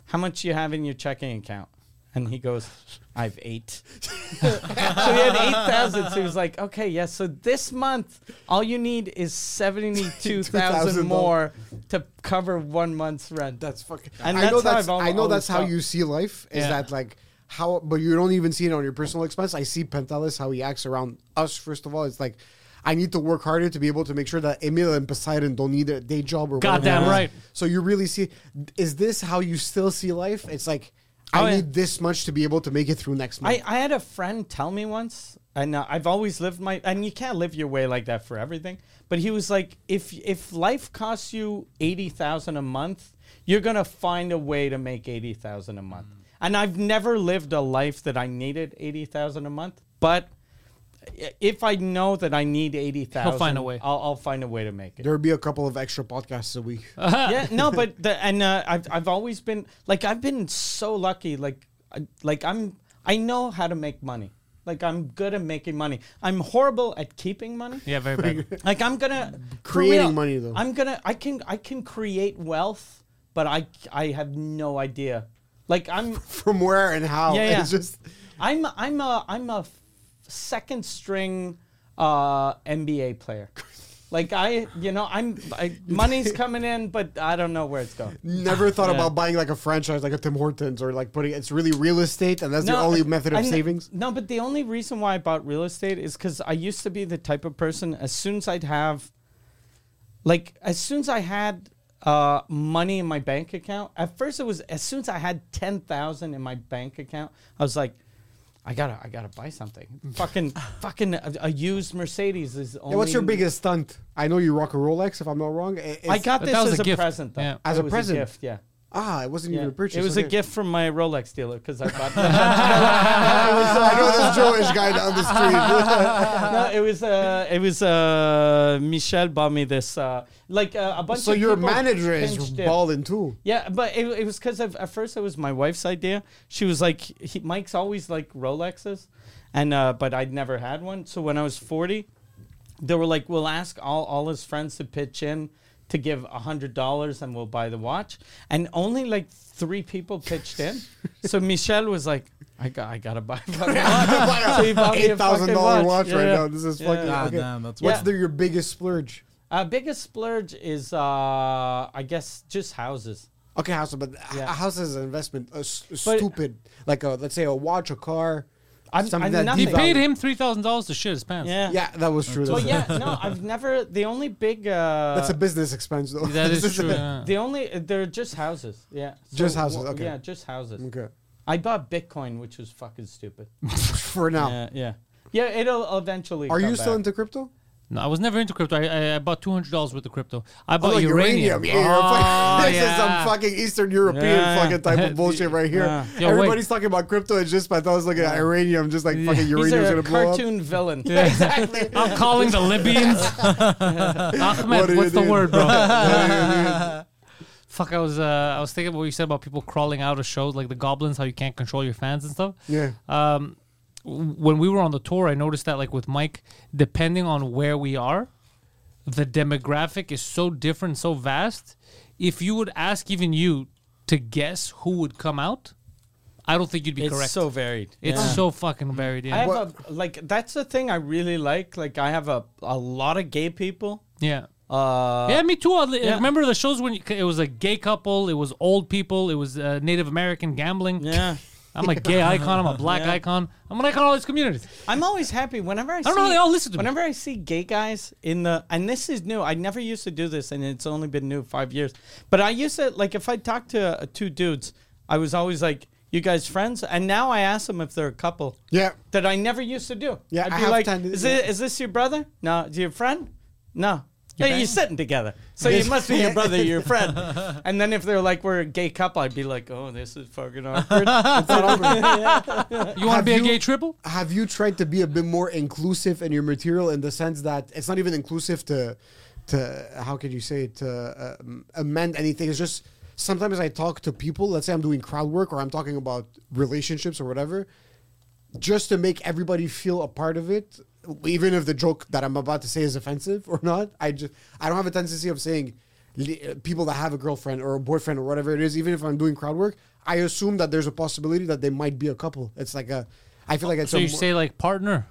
Speaker 2: how much you have in your checking account? And he goes, I've eight. So he had 8,000. So he was like, okay, yeah, so this month, all you need is 72,000
Speaker 4: $2,000.
Speaker 2: more to cover one month's rent.
Speaker 4: That's fucking.
Speaker 2: And
Speaker 4: I
Speaker 2: that's
Speaker 4: know
Speaker 2: how I've
Speaker 4: that's.
Speaker 2: al-
Speaker 4: I know
Speaker 2: always
Speaker 4: that's how
Speaker 2: felt.
Speaker 4: you see life. Is
Speaker 1: Yeah.
Speaker 4: that like how? But you don't even see it on your personal expense. I see Pentelis how he acts around us. First of all, it's like. I need to work harder to be able to make sure that Emil and Poseidon don't need a day job or whatever
Speaker 1: Goddamn
Speaker 4: it is.
Speaker 1: right.
Speaker 4: So you really see, is this how you still see life? It's like
Speaker 2: Oh,
Speaker 4: I
Speaker 2: yeah.
Speaker 4: need this much to be able to make it through next month.
Speaker 2: I, I had a friend tell me once, and uh, I've always lived my, and you can't live your way like that for everything. But he was like, if if life costs you eighty thousand a month, you're gonna find a way to make eighty thousand a month.
Speaker 1: Mm.
Speaker 2: And I've never lived a life that I needed eighty thousand a month, but i- if I know that I need eighty thousand,
Speaker 1: He'll find a way.
Speaker 2: I'll, I'll find a way to make it.
Speaker 4: There'll be a couple of extra podcasts a week.
Speaker 2: yeah, no, but the, and uh, I've I've always been like I've been so lucky. Like I, like I'm I know how to make money. Like I'm good at making money. I'm horrible at keeping money.
Speaker 1: Yeah, very bad.
Speaker 2: Like I'm gonna for
Speaker 4: Creating
Speaker 2: real,
Speaker 4: money, though.
Speaker 2: I'm gonna I can I can create wealth, but I I have no idea. Like I'm
Speaker 4: From where and how?
Speaker 2: Yeah, yeah.
Speaker 4: It's just
Speaker 2: I'm I'm a I'm a f- second string uh, NBA player. Like I, you know, I'm I, money's coming in, but I don't know where it's going.
Speaker 4: never thought
Speaker 1: Yeah.
Speaker 4: about buying like a franchise like a Tim Hortons or like putting it's really real estate and that's the only
Speaker 2: I-
Speaker 4: method of
Speaker 2: I kn-
Speaker 4: savings.
Speaker 2: No, but the only reason why I bought real estate is because I used to be the type of person. As soon as I'd have, like, as soon as I had uh, money in my bank account, at first it was as soon as I had ten thousand in my bank account, I was like. I gotta, I gotta buy something. Fucking, fucking, a, a used Mercedes is only.
Speaker 4: Yeah, what's your biggest stunt? I know you rock a Rolex, if I'm not wrong. I-
Speaker 2: I
Speaker 4: it's-
Speaker 2: got
Speaker 1: But
Speaker 2: this
Speaker 1: that was
Speaker 2: as
Speaker 1: a
Speaker 2: a,
Speaker 1: gift.
Speaker 2: present, though.
Speaker 1: Yeah.
Speaker 4: As
Speaker 2: It
Speaker 4: a
Speaker 2: was
Speaker 4: present.
Speaker 2: gift, yeah.
Speaker 4: Ah, it wasn't
Speaker 2: Yeah.
Speaker 4: even a purchase.
Speaker 2: It was a
Speaker 4: okay.
Speaker 2: gift from my Rolex dealer because I bought
Speaker 4: I know this Jewish guy down the street.
Speaker 2: no, it was uh, it was uh, Michelle bought me this uh, like uh, a bunch.
Speaker 4: so
Speaker 2: of
Speaker 4: your
Speaker 2: people
Speaker 4: manager is
Speaker 2: pinched it.
Speaker 4: balling too.
Speaker 2: Yeah, but it, it was because at first it was my wife's idea. She was like, he, Mike's always like Rolexes, and uh, but I'd never had one. So when I was forty, they were like, we'll ask all all his friends to pitch in to give a hundred dollars, and we'll buy the watch. And only like three people pitched in. so Michelle was like, I got I gotta buy. a fucking watch." so he bought me a
Speaker 4: Eight thousand dollar
Speaker 2: fucking
Speaker 4: watch
Speaker 2: Yeah,
Speaker 4: right
Speaker 2: yeah.
Speaker 4: now. This is
Speaker 2: Yeah,
Speaker 4: fucking.
Speaker 2: yeah.
Speaker 3: God
Speaker 4: okay.
Speaker 3: damn, that's
Speaker 4: What's
Speaker 2: Yeah.
Speaker 4: the, your biggest splurge?
Speaker 2: Uh, biggest splurge is, uh, I guess, just houses.
Speaker 4: Okay, house, but
Speaker 2: Yeah.
Speaker 4: a house is an investment. A s- a
Speaker 2: But-
Speaker 4: stupid, like a let's say a watch, a car.
Speaker 2: I'm- I'm
Speaker 1: He
Speaker 2: nothing.
Speaker 4: devalues-
Speaker 1: paid him three thousand dollars to shit his pants.
Speaker 2: Yeah.
Speaker 4: Yeah, that was true.
Speaker 2: Well,
Speaker 4: though.
Speaker 2: yeah, no, I've never. The only big. Uh,
Speaker 4: that's a business expense though.
Speaker 1: that is true. yeah.
Speaker 2: The only they're just houses. Yeah.
Speaker 4: Just houses,
Speaker 2: w-
Speaker 4: okay.
Speaker 2: Yeah, just houses.
Speaker 4: okay,
Speaker 2: I bought Bitcoin, which was fucking stupid.
Speaker 4: for now.
Speaker 2: Yeah, yeah, yeah. It'll eventually.
Speaker 4: Are
Speaker 2: come
Speaker 4: you still
Speaker 2: back.
Speaker 4: into crypto?
Speaker 1: No, I was never into crypto. I, I, I bought two hundred dollars worth of crypto. I bought
Speaker 4: Oh, like
Speaker 1: Oh, uranium.
Speaker 4: Yeah, you're
Speaker 1: Oh,
Speaker 4: fucking- this is
Speaker 1: yeah.
Speaker 4: some fucking Eastern European
Speaker 2: Yeah.
Speaker 4: fucking type of bullshit right here.
Speaker 2: Yeah.
Speaker 1: Yo, wait.
Speaker 4: Everybody's talking about crypto. It's just I thought I was looking at uranium, just like fucking
Speaker 2: He's
Speaker 4: uranium's
Speaker 2: a
Speaker 4: gonna blow up.
Speaker 2: cartoon villain.
Speaker 1: I'm calling the Libyans. Ahmed,
Speaker 4: What do you
Speaker 1: what's the
Speaker 4: do?
Speaker 1: word, bro?
Speaker 4: Yeah,
Speaker 1: Fuck, I was uh, I was thinking what you said about people crawling out of shows, like the goblins, how you can't control your fans and stuff.
Speaker 4: yeah, yeah.
Speaker 1: um, w- when we were on the tour, I noticed that like with Mike, depending on where we are, the demographic is so different, so vast. If you would ask even you to guess who would come out, I don't think you'd be
Speaker 2: It's
Speaker 1: correct.
Speaker 2: so varied.
Speaker 1: it's so fucking varied. Yeah.
Speaker 2: I have a like. That's the thing I really like. Like I have a a lot of gay people.
Speaker 1: yeah.
Speaker 2: Uh,
Speaker 1: yeah, me too. I li-
Speaker 2: yeah.
Speaker 1: remember the shows when you, it was a gay couple, it was old people, it was uh, Native American gambling.
Speaker 2: yeah.
Speaker 1: I'm a gay icon. I'm a black
Speaker 2: Yeah.
Speaker 1: icon. I'm an icon of all these communities.
Speaker 2: I'm always happy whenever I.
Speaker 1: don't know how they all listen to me.
Speaker 2: Whenever I see gay guys in the, and this is new. I never used to do this, and it's only been new five years. But I used to like if I talked to uh, two dudes, I was always like, "You guys friends?" And now I ask them if they're a couple.
Speaker 4: Yeah.
Speaker 2: That I never used to do.
Speaker 4: Yeah,
Speaker 2: I'd
Speaker 4: I
Speaker 2: be
Speaker 4: have
Speaker 2: like,
Speaker 4: time to-
Speaker 2: is, it, is this your brother? No. Is your friend? No. hey, you're sitting together, so you must be your brother, your friend. And then if they're like, "We're a gay couple," I'd be like, "Oh, this is fucking awkward."
Speaker 1: You want to
Speaker 4: Have
Speaker 1: be a
Speaker 4: you-
Speaker 1: gay triple?
Speaker 4: Have you tried to be a bit more inclusive in your material in the sense that it's not even inclusive to, to how can you say it, to um, amend anything? It's just sometimes I talk to people. Let's say I'm doing crowd work or I'm talking about relationships or whatever, just to make everybody feel a part of it, even if the joke that I'm about to say is offensive or not. I just I don't have a tendency of saying li- uh, people that have a girlfriend or a boyfriend or whatever it is. Even if I'm doing crowd work, I assume that there's a possibility that they might be a couple. It's like a I feel like it's
Speaker 1: So
Speaker 4: a
Speaker 1: you
Speaker 4: mo-
Speaker 1: say like partner.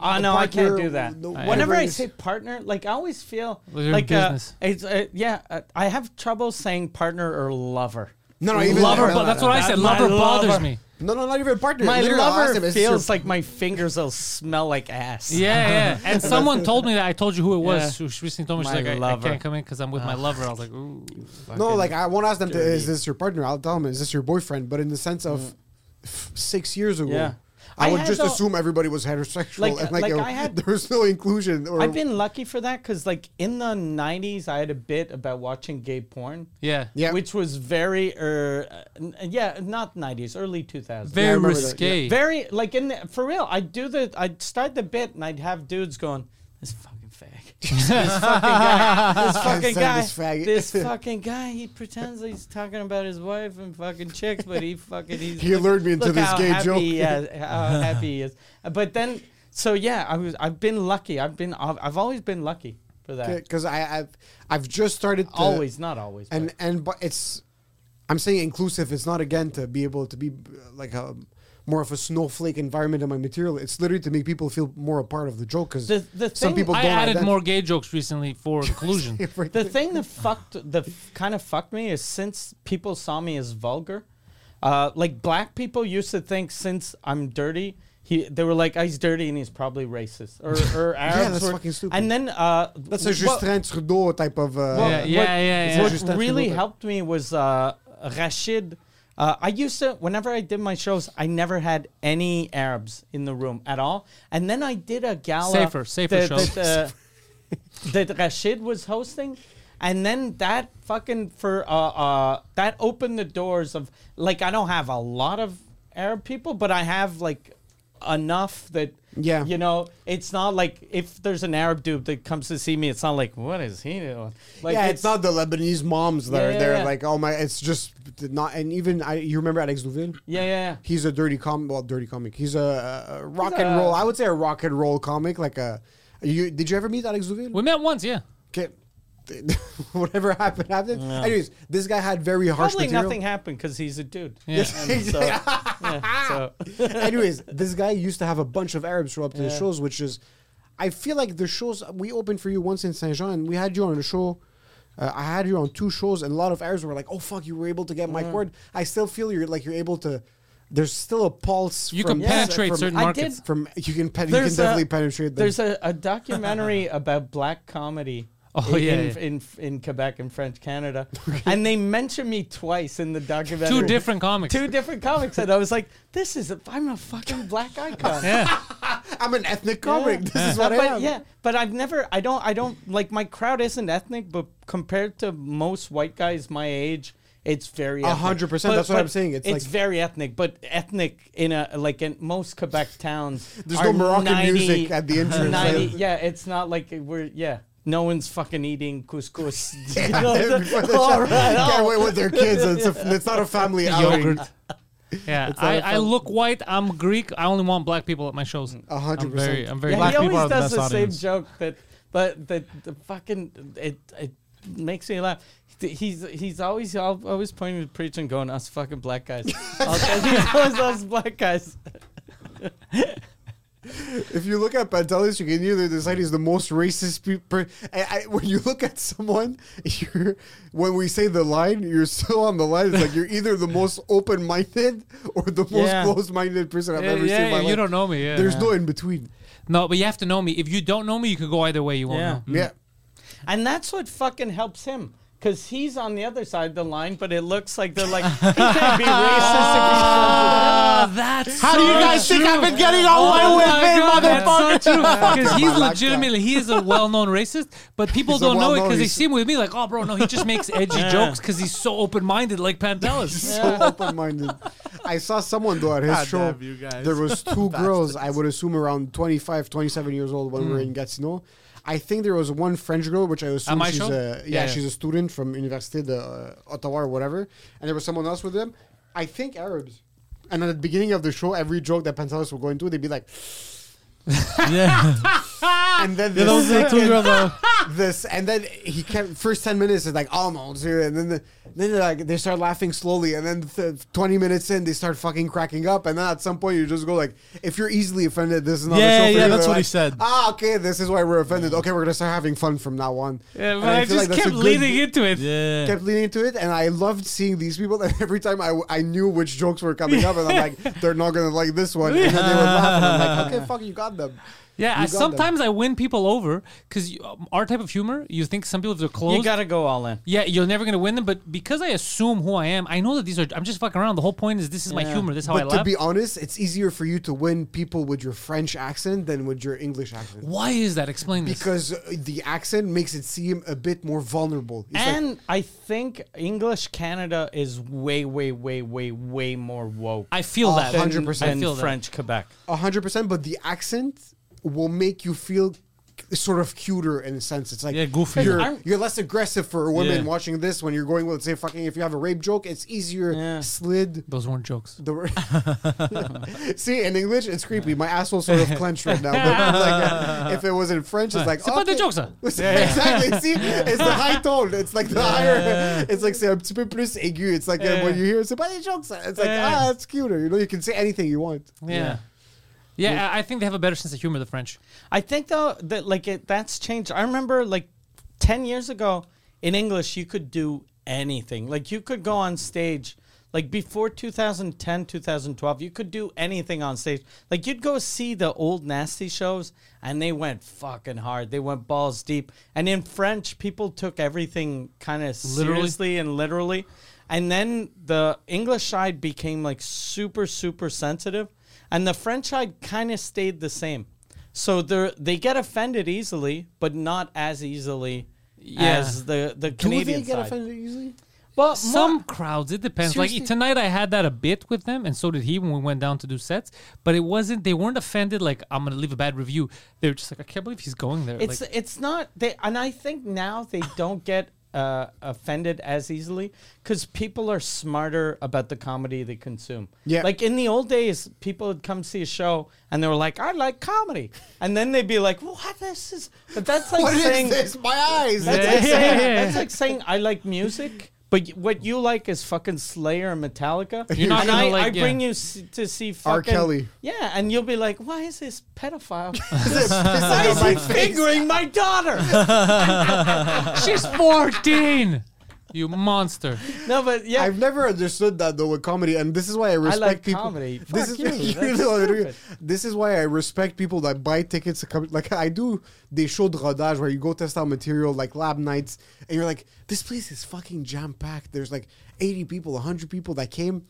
Speaker 2: Oh
Speaker 4: a
Speaker 2: no, I can't
Speaker 4: partner,
Speaker 2: do that.
Speaker 4: no,
Speaker 1: I-
Speaker 2: Whenever I
Speaker 4: whatever
Speaker 2: say
Speaker 4: it is.
Speaker 2: partner, like I always feel
Speaker 1: Well, you're in
Speaker 2: like uh,
Speaker 1: business.
Speaker 2: it's uh, yeah. Uh, I have trouble saying partner or lover.
Speaker 4: no, no, even
Speaker 1: Lover,
Speaker 4: no, no,
Speaker 1: but
Speaker 4: no,
Speaker 1: that's
Speaker 4: no,
Speaker 1: what I
Speaker 2: no.
Speaker 1: said.
Speaker 2: My
Speaker 1: Lover bothers
Speaker 2: lover.
Speaker 1: me.
Speaker 4: No, no, not even partner.
Speaker 2: My
Speaker 4: Literally, I'll ask
Speaker 2: lover
Speaker 4: them, it's
Speaker 2: feels
Speaker 4: your-
Speaker 2: like my fingers will smell like ass.
Speaker 1: Yeah, yeah. And someone told me that I told you who it was. She- She recently told me she's
Speaker 2: My
Speaker 1: like, I, I
Speaker 2: lover. Ah.
Speaker 1: can't come in because I'm with my lover. I was like, ooh.
Speaker 4: No, like I won't ask them. To, is this your partner? I'll tell them. Is this your boyfriend? But in the sense of f- six years ago,
Speaker 2: Mm. Yeah.
Speaker 4: I,
Speaker 2: I
Speaker 4: would
Speaker 2: had
Speaker 4: just
Speaker 2: the-
Speaker 4: assume everybody was heterosexual.
Speaker 2: Like-
Speaker 4: and like,
Speaker 2: like
Speaker 4: uh,
Speaker 2: I had-
Speaker 4: there was no inclusion. Or
Speaker 2: I've been lucky for that because like in the '90s, I had a bit about watching gay porn.
Speaker 1: Yeah.
Speaker 4: Yeah.
Speaker 2: which was very, er, uh, n- yeah, not '90s, early 2000s.
Speaker 1: Very
Speaker 4: remember that,
Speaker 1: risque.
Speaker 2: Very like in the, for real. I'd do the I'd start the bit and I'd have dudes going, "This fucking fag, this fucking guy, this fucking
Speaker 4: Said
Speaker 2: guy,
Speaker 4: this faggot."
Speaker 2: this fucking guy. He pretends he's talking about his wife and fucking chicks, but he fucking he's
Speaker 4: He lured me into
Speaker 2: look
Speaker 4: this
Speaker 2: how
Speaker 4: gay
Speaker 2: happy
Speaker 4: joke.
Speaker 2: He is, how happy he is. But then, so yeah, I was I've been lucky. I've been I've, I've always been lucky for that.
Speaker 4: because I I've, I've just started to,
Speaker 2: Uh, always, not always. but-
Speaker 4: and and but it's I'm saying inclusive. It's not again to be able to be uh, like a more of a snowflake environment in my material. It's literally to make people feel more a part of the joke because
Speaker 2: The- the
Speaker 4: some
Speaker 2: thing-
Speaker 4: people
Speaker 1: I
Speaker 4: don't
Speaker 1: added
Speaker 4: ident-
Speaker 1: more gay jokes recently for inclusion.
Speaker 2: the thing that fucked the kind of fucked me is since people saw me as vulgar, uh, like black people used to think since I'm dirty, he they were like "Ah, he's dirty and he's probably racist or or Arabs
Speaker 4: that's
Speaker 2: were,
Speaker 4: fucking stupid.
Speaker 2: And then uh,
Speaker 4: That's a
Speaker 2: what-
Speaker 4: Justin Trudeau type of. Uh,
Speaker 1: Yeah, yeah, yeah, yeah.
Speaker 4: It's
Speaker 2: What
Speaker 4: just
Speaker 2: really
Speaker 4: that-
Speaker 2: helped me was uh, Rashid. Uh, I used to, whenever I did my shows, I never had any Arabs in the room at all. And then I did a gala.
Speaker 1: Safer, safer
Speaker 2: that,
Speaker 1: shows.
Speaker 2: That, uh, that Rashid was hosting. And then that fucking for uh, uh that opened the doors of like I don't have a lot of Arab people, but I have like enough that
Speaker 4: Yeah.
Speaker 2: you know it's not like if there's an Arab dude that comes to see me, it's not like what is he doing? Like
Speaker 4: yeah, it's, not the Lebanese moms that
Speaker 2: Yeah,
Speaker 4: are
Speaker 2: yeah,
Speaker 4: there.
Speaker 2: yeah.
Speaker 4: Like, oh my, it's just not. And even I, you remember Alex Duville?
Speaker 2: yeah yeah. yeah.
Speaker 4: He's a dirty comic. Well, dirty comic. He's a, a rock
Speaker 2: a-
Speaker 4: and roll. I would say a rock and roll comic. Like a, you did you ever meet Alex Duville?
Speaker 1: We met once, yeah.
Speaker 4: Okay. Whatever happened happened. Anyways, this guy had very harsh
Speaker 2: Probably
Speaker 4: material.
Speaker 2: nothing happened because he's a dude.
Speaker 4: Yes,
Speaker 2: And so, yeah, so
Speaker 4: Anyways, this guy used to have a bunch of Arabs show up to the shows, which is, I feel like the shows we opened for you once in Saint Jean, and we had you on a show. Uh, I had you on two shows, and a lot of Arabs were like, "Oh fuck, you were able to get Mike Ward." I still feel you're like you're able to. There's still a pulse.
Speaker 1: You
Speaker 4: from-
Speaker 1: can penetrate
Speaker 4: from-
Speaker 1: certain
Speaker 2: I
Speaker 1: markets.
Speaker 2: did-
Speaker 4: From you can pen, you can
Speaker 2: There's a-
Speaker 4: definitely penetrate. Them.
Speaker 2: There's a, a documentary about black comedy.
Speaker 1: Oh,
Speaker 2: in,
Speaker 1: yeah,
Speaker 2: in,
Speaker 1: yeah.
Speaker 2: in in Quebec and French Canada, and they mention me twice in the documentary.
Speaker 1: Two different comics.
Speaker 2: two different comics, and I was like, "This is a, I'm a fucking black icon."
Speaker 1: yeah.
Speaker 4: I'm an ethnic comic. This is
Speaker 2: Uh,
Speaker 4: what I
Speaker 2: but
Speaker 4: am.
Speaker 2: yeah, but I've never, I don't, I don't like my crowd isn't ethnic, but compared to most white guys my age, it's very
Speaker 4: A
Speaker 2: ethnic.
Speaker 4: hundred percent,
Speaker 2: But-
Speaker 4: that's what I'm
Speaker 2: but
Speaker 4: saying, it's like-
Speaker 2: very ethnic, but ethnic in a like in most Quebec towns.
Speaker 4: There's
Speaker 2: are
Speaker 4: no Moroccan music at the entrance.
Speaker 2: 90 yeah, it's not like we're yeah. No one's fucking eating couscous. You know,
Speaker 4: Before they
Speaker 2: all
Speaker 4: shut-
Speaker 2: right,
Speaker 4: Can't
Speaker 2: oh.
Speaker 4: wait with their kids. It's, a, it's not a family outing.
Speaker 1: Yogurt. Yeah, I, I look white. I'm Greek. I only want black people at my shows.
Speaker 4: A hundred
Speaker 1: I'm very,
Speaker 4: percent.
Speaker 1: I'm very
Speaker 2: Yeah,
Speaker 3: Black
Speaker 2: he
Speaker 1: black.
Speaker 3: people
Speaker 2: always
Speaker 3: are the
Speaker 2: does
Speaker 3: best
Speaker 2: the,
Speaker 3: audience.
Speaker 2: same joke that, but the, the fucking it it makes me laugh. Th- He's he's always al- always pointing to the preacher and going, "Us fucking black guys." I'll tell you, us, us black guys.
Speaker 4: If you look at Pantelis, you can either decide he's the most racist people. I, I, when you look at someone, you're, when we say the line, you're still on the line. It's like you're either the most open minded or the most
Speaker 2: Yeah.
Speaker 4: closed minded person I've
Speaker 1: Yeah,
Speaker 4: ever seen in
Speaker 1: yeah,
Speaker 4: my
Speaker 1: you
Speaker 4: life.
Speaker 1: don't know me. Yeah.
Speaker 4: There's no in between.
Speaker 1: no, but you have to know me. If you don't know me, you could go either way. You won't
Speaker 2: Yeah.
Speaker 1: know.
Speaker 4: Yeah.
Speaker 2: And that's what fucking helps him. Cause he's on the other side of the line, but it looks like they're like, he can't be racist. if
Speaker 1: Oh, that's Oh
Speaker 3: How do you guys think I've been getting all my women, motherfucker?
Speaker 1: That's so true. Because he's
Speaker 4: Black guy.
Speaker 1: legitimately, he is a well-known racist, but people
Speaker 4: He's a
Speaker 1: don't know it
Speaker 4: well-known
Speaker 1: because they
Speaker 4: racist.
Speaker 1: see him with me like, oh, bro, no, he just makes edgy jokes because he's so open-minded, like Pantelis.
Speaker 4: So open minded. I saw someone though at his
Speaker 3: God
Speaker 4: show.
Speaker 3: damn you guys.
Speaker 4: There was two girls, I would assume around 25, 27 years old when we were in Gatineau. I think there was one French girl, which I assume
Speaker 1: my
Speaker 4: she's
Speaker 1: show?
Speaker 4: a yeah,
Speaker 1: Yeah, yeah.
Speaker 4: she's a student from Université de uh, Ottawa or whatever, and there was someone else with them. I think Arabs. And at the beginning of the show, every joke that Pantelis would go into, they'd be like,
Speaker 3: Yeah,
Speaker 4: and then
Speaker 3: Yeah, those are the two girls.
Speaker 4: uh,
Speaker 3: that-
Speaker 4: this and then he kept first 10 minutes is like almost here and then the, then they're like they start laughing slowly and then th- 20 minutes in they start fucking cracking up and then at some point you just go like if you're easily offended this is not
Speaker 3: Yeah,
Speaker 4: the show for
Speaker 3: yeah,
Speaker 4: you.
Speaker 3: that's
Speaker 4: They're
Speaker 3: what he
Speaker 4: like,
Speaker 3: said.
Speaker 4: ah okay this is why we're offended okay we're gonna start having fun from now on
Speaker 1: Yeah,
Speaker 4: And
Speaker 1: but I,
Speaker 4: feel
Speaker 1: just
Speaker 4: like that's a
Speaker 1: kept
Speaker 4: good-
Speaker 1: leading into it.
Speaker 3: Yeah.
Speaker 4: kept leaning into it and I loved seeing these people and every time I, I knew which jokes were coming up and I'm like they're not gonna like this one and then they would laugh and I'm like okay fuck you got them
Speaker 1: Yeah, I,
Speaker 4: got them.
Speaker 1: sometimes I win people over because our type of humor, you think some people are
Speaker 2: it's-
Speaker 1: closed.
Speaker 2: you gotta go all in.
Speaker 1: Yeah, you're never gonna win them, but because I assume who I am, I know that these are. I'm just fucking around. The whole point is this is my
Speaker 2: Yeah.
Speaker 1: humor. This is how I
Speaker 4: But to
Speaker 1: laugh.
Speaker 4: be honest, it's easier for you to win people with your French accent than with your English accent.
Speaker 1: Why is that? Explain this.
Speaker 4: Because uh, the accent makes it seem a bit more vulnerable. It's like-
Speaker 2: and I think English Canada is way, way, way, way, way more woke.
Speaker 1: I feel that.
Speaker 4: than-
Speaker 2: than-
Speaker 4: 100%.
Speaker 2: than
Speaker 1: I feel that.
Speaker 2: French Quebec.
Speaker 4: a hundred percent, but the accent will make you feel c- sort of cuter in a sense. It's like
Speaker 3: Yeah, goofier.
Speaker 4: You're,
Speaker 2: I'm-
Speaker 4: you're less aggressive for a woman
Speaker 3: Yeah.
Speaker 4: watching this when you're going with say fucking if you have a rape joke, it's easier
Speaker 2: Yeah.
Speaker 4: slid.
Speaker 1: Those weren't jokes.
Speaker 4: The word- See in English, it's creepy. My asshole's sort of clenched right now. But like, uh, if it was in French, it's like
Speaker 1: C'est pas des
Speaker 4: okay.
Speaker 1: jokes, ça.
Speaker 4: exactly. See, it's the high tone. It's like the higher. It's like c'est un petit peu plus aigu. It's like uh, when you hear c'est pas des jokes. It's like
Speaker 1: Yeah.
Speaker 4: ah, it's cuter. You know, you can say anything you want.
Speaker 1: Yeah. Yeah, I I think they have a better sense of humor, the French.
Speaker 2: I think though that like it, that's changed. I remember like ten years ago in English you could do anything. Like you could go on stage. Like before 2010, 2012, you could do anything on stage. Like you'd go see the old nasty shows and they went fucking hard. They went balls deep. And in French, people took everything kind of
Speaker 1: Literally?
Speaker 2: seriously and literally. And then the English side became like super, super sensitive. And the French side kind of stayed the same. So they they get offended easily, but not as easily Yes, the the
Speaker 4: Do
Speaker 2: Canadian
Speaker 4: they get
Speaker 2: side.
Speaker 4: offended easily?
Speaker 2: Well,
Speaker 1: Some
Speaker 2: more-
Speaker 1: crowds, it depends.
Speaker 4: Uh, Seriously?
Speaker 1: Like tonight, I had that a bit with them, and so did he when we went down to do sets. But it wasn't; they weren't offended. Like I'm gonna leave a bad review. They were just like, I can't believe he's going there.
Speaker 2: It's
Speaker 1: like,
Speaker 2: it's not they, and I think now they don't get uh, offended as easily because people are smarter about the comedy they consume.
Speaker 4: Yeah.
Speaker 2: like in the old days, people would come see a show and they were like, "I like comedy," and then they'd be like, "What this is?" But that's like
Speaker 4: What is
Speaker 2: saying
Speaker 4: this? My eyes.
Speaker 2: That's,
Speaker 1: Yeah.
Speaker 2: like saying that's like saying I like music. But y- what you like is fucking Slayer and Metallica.
Speaker 1: You're not
Speaker 2: and
Speaker 1: gonna
Speaker 2: I,
Speaker 1: like-
Speaker 2: I
Speaker 1: yeah.
Speaker 2: bring you s- to see fucking
Speaker 4: R. Kelly.
Speaker 2: Yeah, and you'll be like, why is this pedophile why is
Speaker 4: That's pissing on
Speaker 2: he
Speaker 4: my face.
Speaker 2: fingering my daughter?
Speaker 1: she's 14. you monster.
Speaker 2: no, but yeah,
Speaker 4: I've never understood that though with comedy, and this is why I respect
Speaker 2: like
Speaker 4: people.
Speaker 2: comedy.
Speaker 4: This
Speaker 2: Fuck
Speaker 4: is
Speaker 2: you, that's
Speaker 4: know,
Speaker 2: stupid.
Speaker 4: this is why I respect people that buy tickets to come. Like I do, they show rodage where you go test out material, like lab nights, and you're like, this place is fucking jam packed. There's like 80 people, 100 people that came.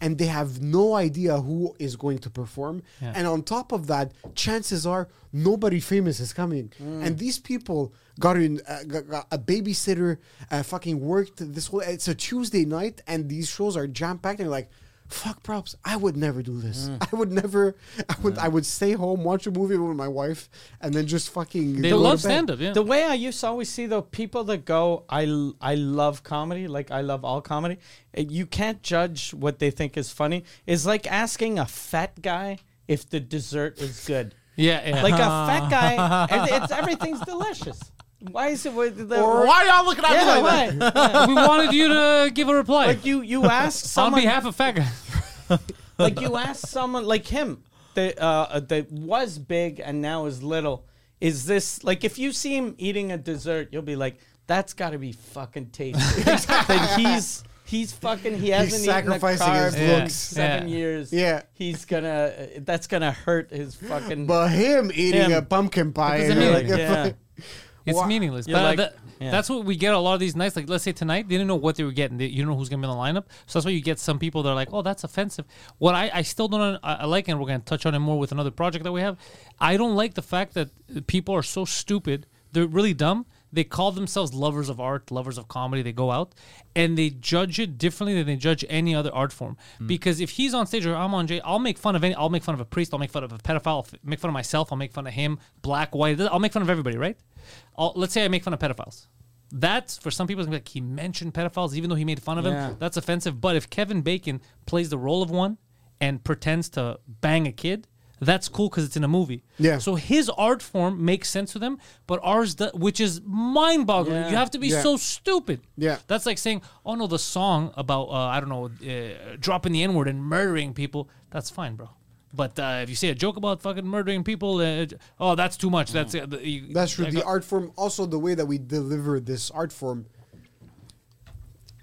Speaker 4: And they have no idea who is going to perform. And on top of that, chances are nobody famous is coming.
Speaker 2: Mm.
Speaker 4: And these people got, in, uh, got, got a babysitter, uh, fucking worked this whole. It's a Tuesday night, and these shows are jam packed. And you're like, fuck props i would never do this
Speaker 2: Mm.
Speaker 4: i would never i would i would stay home watch a movie with my wife and then just fucking
Speaker 1: They
Speaker 4: go to
Speaker 1: love
Speaker 4: bed.
Speaker 1: stand up. Yeah.
Speaker 2: The way I used to always see though, people that go, I, l- I love comedy, like I love all comedy. eh, You can't judge what they think is funny. It's like asking a fat guy if the dessert is good.
Speaker 1: yeah, yeah. Uh,
Speaker 2: Like a fat guy, and it's everything's delicious. Why is it? With the,
Speaker 3: Or why y'all looking at
Speaker 2: Yeah,
Speaker 3: me like that?
Speaker 2: why? Yeah.
Speaker 1: we wanted you to give a reply
Speaker 2: Like you, you ask
Speaker 1: on
Speaker 2: someone.
Speaker 1: behalf of fat guy.
Speaker 2: like you ask someone like him that uh, that was big and now is little. Is this like if you see him eating a dessert, you'll be like, "That's got to be fucking tasty." that he's he's fucking he hasn't
Speaker 4: sacrificing
Speaker 2: eaten a
Speaker 4: his
Speaker 2: carb in
Speaker 1: looks.
Speaker 2: seven
Speaker 1: Yeah.
Speaker 2: years.
Speaker 4: Yeah.
Speaker 2: he's gonna uh, that's gonna hurt his fucking.
Speaker 4: but him eating
Speaker 2: Him.
Speaker 4: a pumpkin pie
Speaker 1: doesn't
Speaker 4: and you're
Speaker 1: mean
Speaker 4: like,
Speaker 2: yeah.
Speaker 1: It's
Speaker 4: Wha-
Speaker 1: meaningless.
Speaker 2: You're
Speaker 1: But uh,
Speaker 2: like-
Speaker 1: that-
Speaker 2: yeah.
Speaker 1: that's what we get a lot of these nights. Like, let's say tonight, they didn't know what they were getting. They, you don't know who's going to be in the lineup. So that's why you get some people that are like, oh, that's offensive. What I, I still don't I, I like, and we're going to touch on it more with another project that we have. I don't like the fact that people are so stupid. They're really dumb. They call themselves lovers of art, lovers of comedy. They go out and they judge it differently than they judge any other art form. Because if he's on stage or I'm on Jay, I'll make fun of any. I'll make fun of a priest. I'll make fun of a pedophile. I'll f- make fun of myself. I'll make fun of him. Black, white. I'll make fun of everybody. Right? I'll, let's say I make fun of pedophiles. That's for some people. It's gonna be like he mentioned pedophiles, even though he made fun of
Speaker 2: Yeah.
Speaker 1: him. That's offensive. But if Kevin Bacon plays the role of one and pretends to bang a kid, that's cool because it's in a movie.
Speaker 4: Yeah.
Speaker 1: So his art form makes sense to them, but ours, do- which is mind-boggling.
Speaker 2: Yeah.
Speaker 1: You have to be
Speaker 4: Yeah.
Speaker 1: so stupid.
Speaker 4: Yeah.
Speaker 1: That's like saying, oh no, the song about uh, I don't know, uh, dropping the N-word and murdering people. That's fine, bro. But uh, if you say a joke about fucking murdering people, uh, j- oh, that's too much. That's uh, the- you-
Speaker 4: Mm. that's true
Speaker 1: I
Speaker 4: the
Speaker 1: got-
Speaker 4: art form also the way that we deliver this art form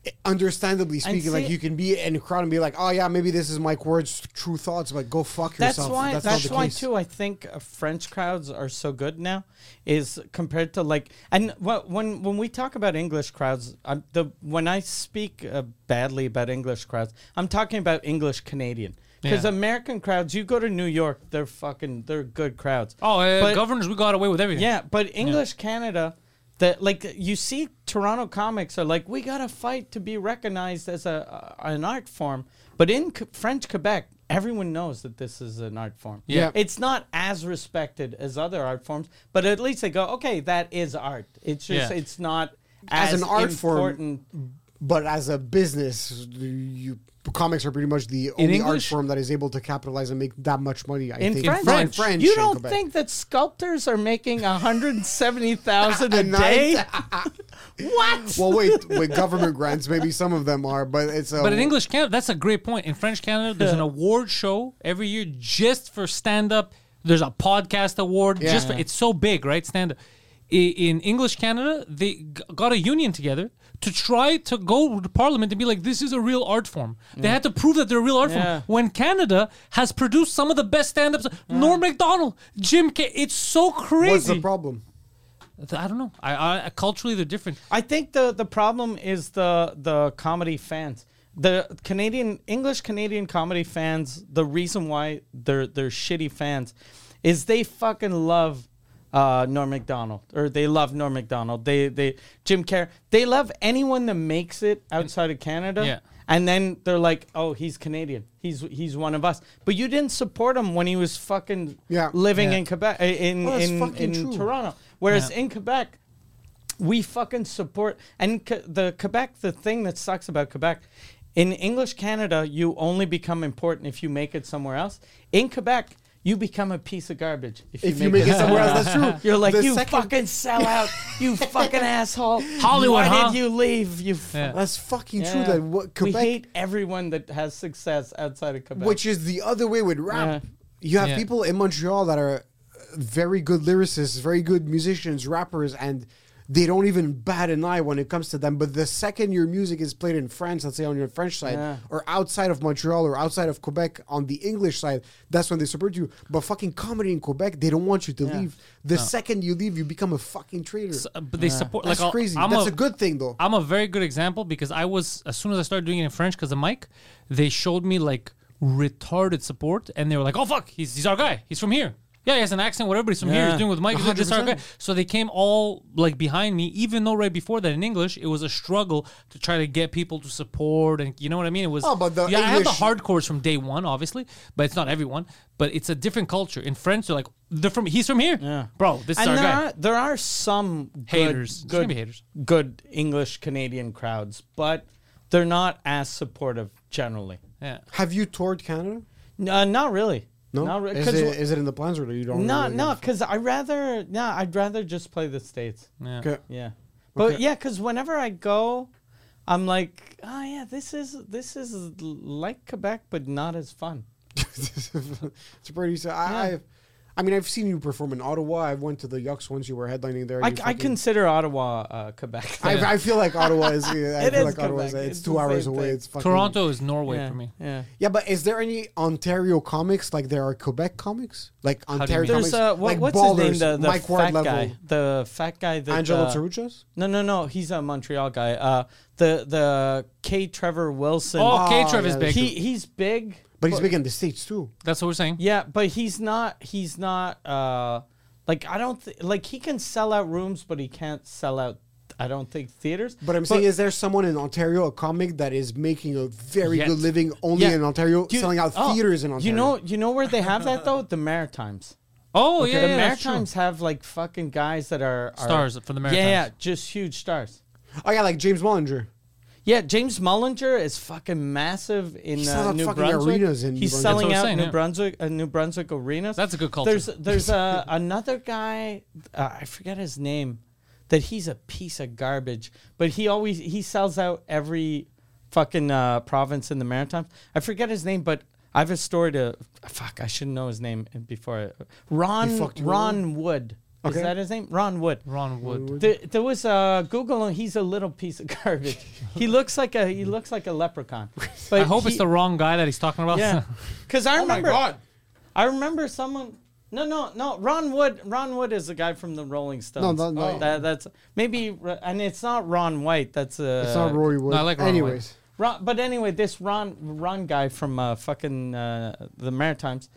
Speaker 4: i- understandably speaking like
Speaker 2: see-
Speaker 4: you can be in a crowd and be like oh yeah maybe this is mike ward's true thoughts but go fuck
Speaker 2: That's
Speaker 4: yourself
Speaker 2: why. That's,
Speaker 4: not the
Speaker 2: why
Speaker 4: case.
Speaker 2: too. I think uh, French crowds are so good now, is compared to like and wh- when when we talk about English crowds, I'm the when I speak uh, badly about English crowds, I'm talking about English Canadian because
Speaker 1: Yeah.
Speaker 2: American crowds. You go to New York, they're fucking they're good crowds.
Speaker 1: Oh, uh,
Speaker 2: But-
Speaker 1: governors, we got away with everything.
Speaker 2: yeah, but English Canada, that like you see, Toronto comics are like, we gotta fight to be recognized as a, a an art form. But in C- French Quebec, everyone knows that this is an art form.
Speaker 1: Yeah.
Speaker 2: it's not as respected as other art forms, but at least they go, okay, that is art. It's just
Speaker 1: Yeah.
Speaker 2: it's not as,
Speaker 4: As an art form,
Speaker 2: important.
Speaker 4: but as a business you comics are pretty much the only art
Speaker 1: English?
Speaker 4: form that is able to capitalize and make that much money i
Speaker 2: In
Speaker 4: think
Speaker 2: French,
Speaker 4: Not
Speaker 1: French.
Speaker 4: french
Speaker 2: you
Speaker 4: in
Speaker 2: don't
Speaker 4: Quebec.
Speaker 2: think that sculptors are making one hundred seventy thousand a
Speaker 4: A
Speaker 2: day?
Speaker 4: night?
Speaker 2: what?
Speaker 4: well, wait, with government grants, maybe some of them are, but it's uh, a.
Speaker 1: But in English Canada, that's a great point. In French Canada, there's an award show every year just for stand up. There's a podcast award just for it's so big, right? Stand up. In English Canada, they g- got a union together to try to go to parliament and be like, this is a real art form. They had to prove that they're a real art
Speaker 2: Yeah.
Speaker 1: form. When Canada has produced some of the best stand ups, Norm MacDonald, Jim K, it's so crazy.
Speaker 4: what's the problem?
Speaker 1: I don't know. I, I Culturally, they're different.
Speaker 2: I think the the problem is the the comedy fans. The Canadian English Canadian comedy fans, the reason why they're they're shitty fans is they fucking love uh, Norm Macdonald, or they love Norm Macdonald. They they Jim Carrey. They love anyone that makes it outside of Canada.
Speaker 1: Yeah.
Speaker 2: And then they're like, "Oh, he's Canadian. He's he's one of us." But you didn't support him when he was fucking
Speaker 4: Yeah.
Speaker 2: living
Speaker 1: Yeah.
Speaker 2: in Quebec, uh, in
Speaker 4: Well, that's
Speaker 2: in,
Speaker 4: fucking
Speaker 2: in
Speaker 4: true.
Speaker 2: Toronto. Whereas
Speaker 1: Yeah.
Speaker 2: in Quebec, we fucking support and Q- the Quebec. The thing that sucks about Quebec, in English Canada, you only become important if you make it somewhere else. In Quebec, you become a piece of garbage if,
Speaker 4: If you make it somewhere else, that's true.
Speaker 2: You're like
Speaker 4: The
Speaker 2: you
Speaker 4: second-
Speaker 2: fucking sellout, you fucking asshole.
Speaker 1: Hollywood,
Speaker 2: Why
Speaker 1: huh?"
Speaker 2: did you leave? You. F-
Speaker 1: Yeah.
Speaker 4: That's fucking
Speaker 2: Yeah.
Speaker 4: true. That what Quebec,
Speaker 2: We hate everyone that has success outside of Quebec.
Speaker 4: which is the other way with rap.
Speaker 2: Yeah.
Speaker 4: You have
Speaker 1: Yeah.
Speaker 4: people in Montreal that are uh, very good lyricists, very good musicians, rappers, and they don't even bat an eye when it comes to them. But the second your music is played in France, let's say on your French side,
Speaker 2: Yeah.
Speaker 4: or outside of Montreal or outside of Quebec on the English side, that's when they support you. But fucking comedy in Quebec, they don't want you to
Speaker 2: Yeah.
Speaker 4: leave. The second you leave, you become a fucking traitor.
Speaker 1: S- uh, but they support
Speaker 4: that's
Speaker 1: like I'll-
Speaker 4: crazy.
Speaker 1: I'm
Speaker 4: that's
Speaker 1: a,
Speaker 4: a good thing though.
Speaker 1: I'm a very good example because I was as soon as I started doing it in French because the mic, they showed me like retarded support and they were like, "Oh fuck, he's he's our guy. He's from here. Yeah, he has an accent. Whatever he's from here,
Speaker 2: Yeah.
Speaker 1: he's doing with Mike. He's doing this our guy." So they came all like behind me, even though right before that in English it was a struggle to try to get people to support and you know what I mean. It was
Speaker 4: Oh, but the
Speaker 1: yeah, I have the
Speaker 4: English-
Speaker 1: hardcores from day one, obviously, but it's not everyone. But it's a different culture in French. They're like, "They're from he's from here, bro. This is
Speaker 2: and
Speaker 1: our
Speaker 2: there
Speaker 1: guy."
Speaker 2: are, there are some good-
Speaker 1: Haters. There's
Speaker 2: good,
Speaker 1: gonna be haters.
Speaker 2: good English Canadian crowds, but they're not as supportive generally.
Speaker 1: yeah.
Speaker 4: Have you toured Canada?
Speaker 2: No, not really.
Speaker 4: No,
Speaker 2: not re-
Speaker 4: is,
Speaker 2: 'cause
Speaker 4: it,
Speaker 2: w-
Speaker 4: is it in the plans or do you don't?
Speaker 2: not
Speaker 4: really
Speaker 2: no,
Speaker 4: give a
Speaker 2: because I rather no, I'd rather just play the states.
Speaker 1: Yeah.
Speaker 4: fuck? Okay.
Speaker 2: Yeah. But
Speaker 4: Hmm. Okay.
Speaker 2: yeah, because whenever I go, I'm like, oh yeah, this is this is l- like Quebec, but not as fun.
Speaker 4: it's pretty. So I,
Speaker 2: Yeah.
Speaker 4: I've, I mean, I've seen you perform in Ottawa. I went to the Yucks once you were headlining there.
Speaker 2: I,
Speaker 4: You
Speaker 2: I
Speaker 4: fucking-
Speaker 2: consider Ottawa uh, Quebec.
Speaker 4: I, I feel like Ottawa is. yeah, I
Speaker 2: It
Speaker 4: feel
Speaker 2: is
Speaker 4: like Ottawa is.
Speaker 2: Quebec.
Speaker 4: It's,
Speaker 2: It's
Speaker 4: two
Speaker 2: the
Speaker 4: hours
Speaker 2: same
Speaker 4: away.
Speaker 2: thing.
Speaker 4: It's fucking
Speaker 1: Toronto is Norway
Speaker 2: yeah,
Speaker 1: for me.
Speaker 2: Yeah.
Speaker 4: Yeah, but is there any Ontario comics like there are Quebec comics like
Speaker 1: you
Speaker 4: Ontario?
Speaker 1: mean?
Speaker 2: There's
Speaker 4: comics,
Speaker 2: uh, what,
Speaker 4: like
Speaker 2: what's his name? The, the
Speaker 4: Mike
Speaker 2: fat
Speaker 4: Ward level,
Speaker 2: guy. The fat guy. That,
Speaker 4: Angelo
Speaker 2: uh,
Speaker 4: Tarujas.
Speaker 2: No, no, no. He's a Montreal guy. Uh, the the K. Trevor Wilson.
Speaker 1: Oh, K.
Speaker 4: Oh,
Speaker 1: Trev is
Speaker 4: yeah,
Speaker 1: big.
Speaker 2: he he's big.
Speaker 4: But he's big in the states too.
Speaker 1: That's what we're saying.
Speaker 2: Yeah, but he's not. He's not. Uh, like I don't th- like he can sell out rooms, but he can't sell out. I don't think theaters.
Speaker 4: But I'm saying, is there someone in Ontario, a comic that is making a very
Speaker 1: Yes.
Speaker 4: good living only
Speaker 2: Yeah.
Speaker 4: in Ontario,
Speaker 2: You-
Speaker 4: selling out
Speaker 2: oh,
Speaker 4: theaters in Ontario?
Speaker 2: You know, you know where they have that though. The Maritimes.
Speaker 1: Oh yeah,
Speaker 2: the
Speaker 1: yeah, that's true.
Speaker 2: Maritimes have like fucking guys that are, are
Speaker 1: Stars for the
Speaker 2: Yeah, yeah,
Speaker 1: Maritimes.
Speaker 2: just huge stars.
Speaker 4: oh yeah, like James Mollinger.
Speaker 2: Yeah, James Mullinger is fucking massive in
Speaker 4: He's
Speaker 2: uh,
Speaker 4: selling
Speaker 2: New
Speaker 4: fucking
Speaker 2: Brunswick.
Speaker 4: arenas in New
Speaker 2: He's
Speaker 4: Brunswick.
Speaker 2: selling
Speaker 1: That's
Speaker 2: out
Speaker 1: what I'm
Speaker 2: New
Speaker 1: saying, yeah.
Speaker 2: Brunswick, uh, New Brunswick arenas.
Speaker 1: That's a good culture.
Speaker 2: There's there's uh, another guy, uh, I forget his name, that he's a piece of garbage, but he always he sells out every fucking uh, province in the Maritimes. I forget his name, but I have a story to fuck. I should know his name before I, Ron
Speaker 4: fucked
Speaker 2: Ron Wood.
Speaker 4: Okay.
Speaker 2: Is that his name? Ron Wood.
Speaker 1: Ron Wood.
Speaker 2: There, there was uh, Google him. He's a little piece of garbage. he looks like a he looks like a leprechaun. But
Speaker 1: I hope
Speaker 2: he-
Speaker 1: it's the wrong guy that he's talking about.
Speaker 2: yeah. Because
Speaker 4: Oh
Speaker 2: I remember I remember someone. No, no, no. Ron Wood. Ron Wood is the guy from the Rolling Stones.
Speaker 4: no, no.
Speaker 2: That, that's maybe, Ro- and it's not Ron White. That's uh,
Speaker 4: It's not Rory Wood.
Speaker 1: I like Ron
Speaker 4: Anyways.
Speaker 1: White.
Speaker 2: Ron, but anyway, this Ron Ron guy from uh, fucking uh, the Maritimes,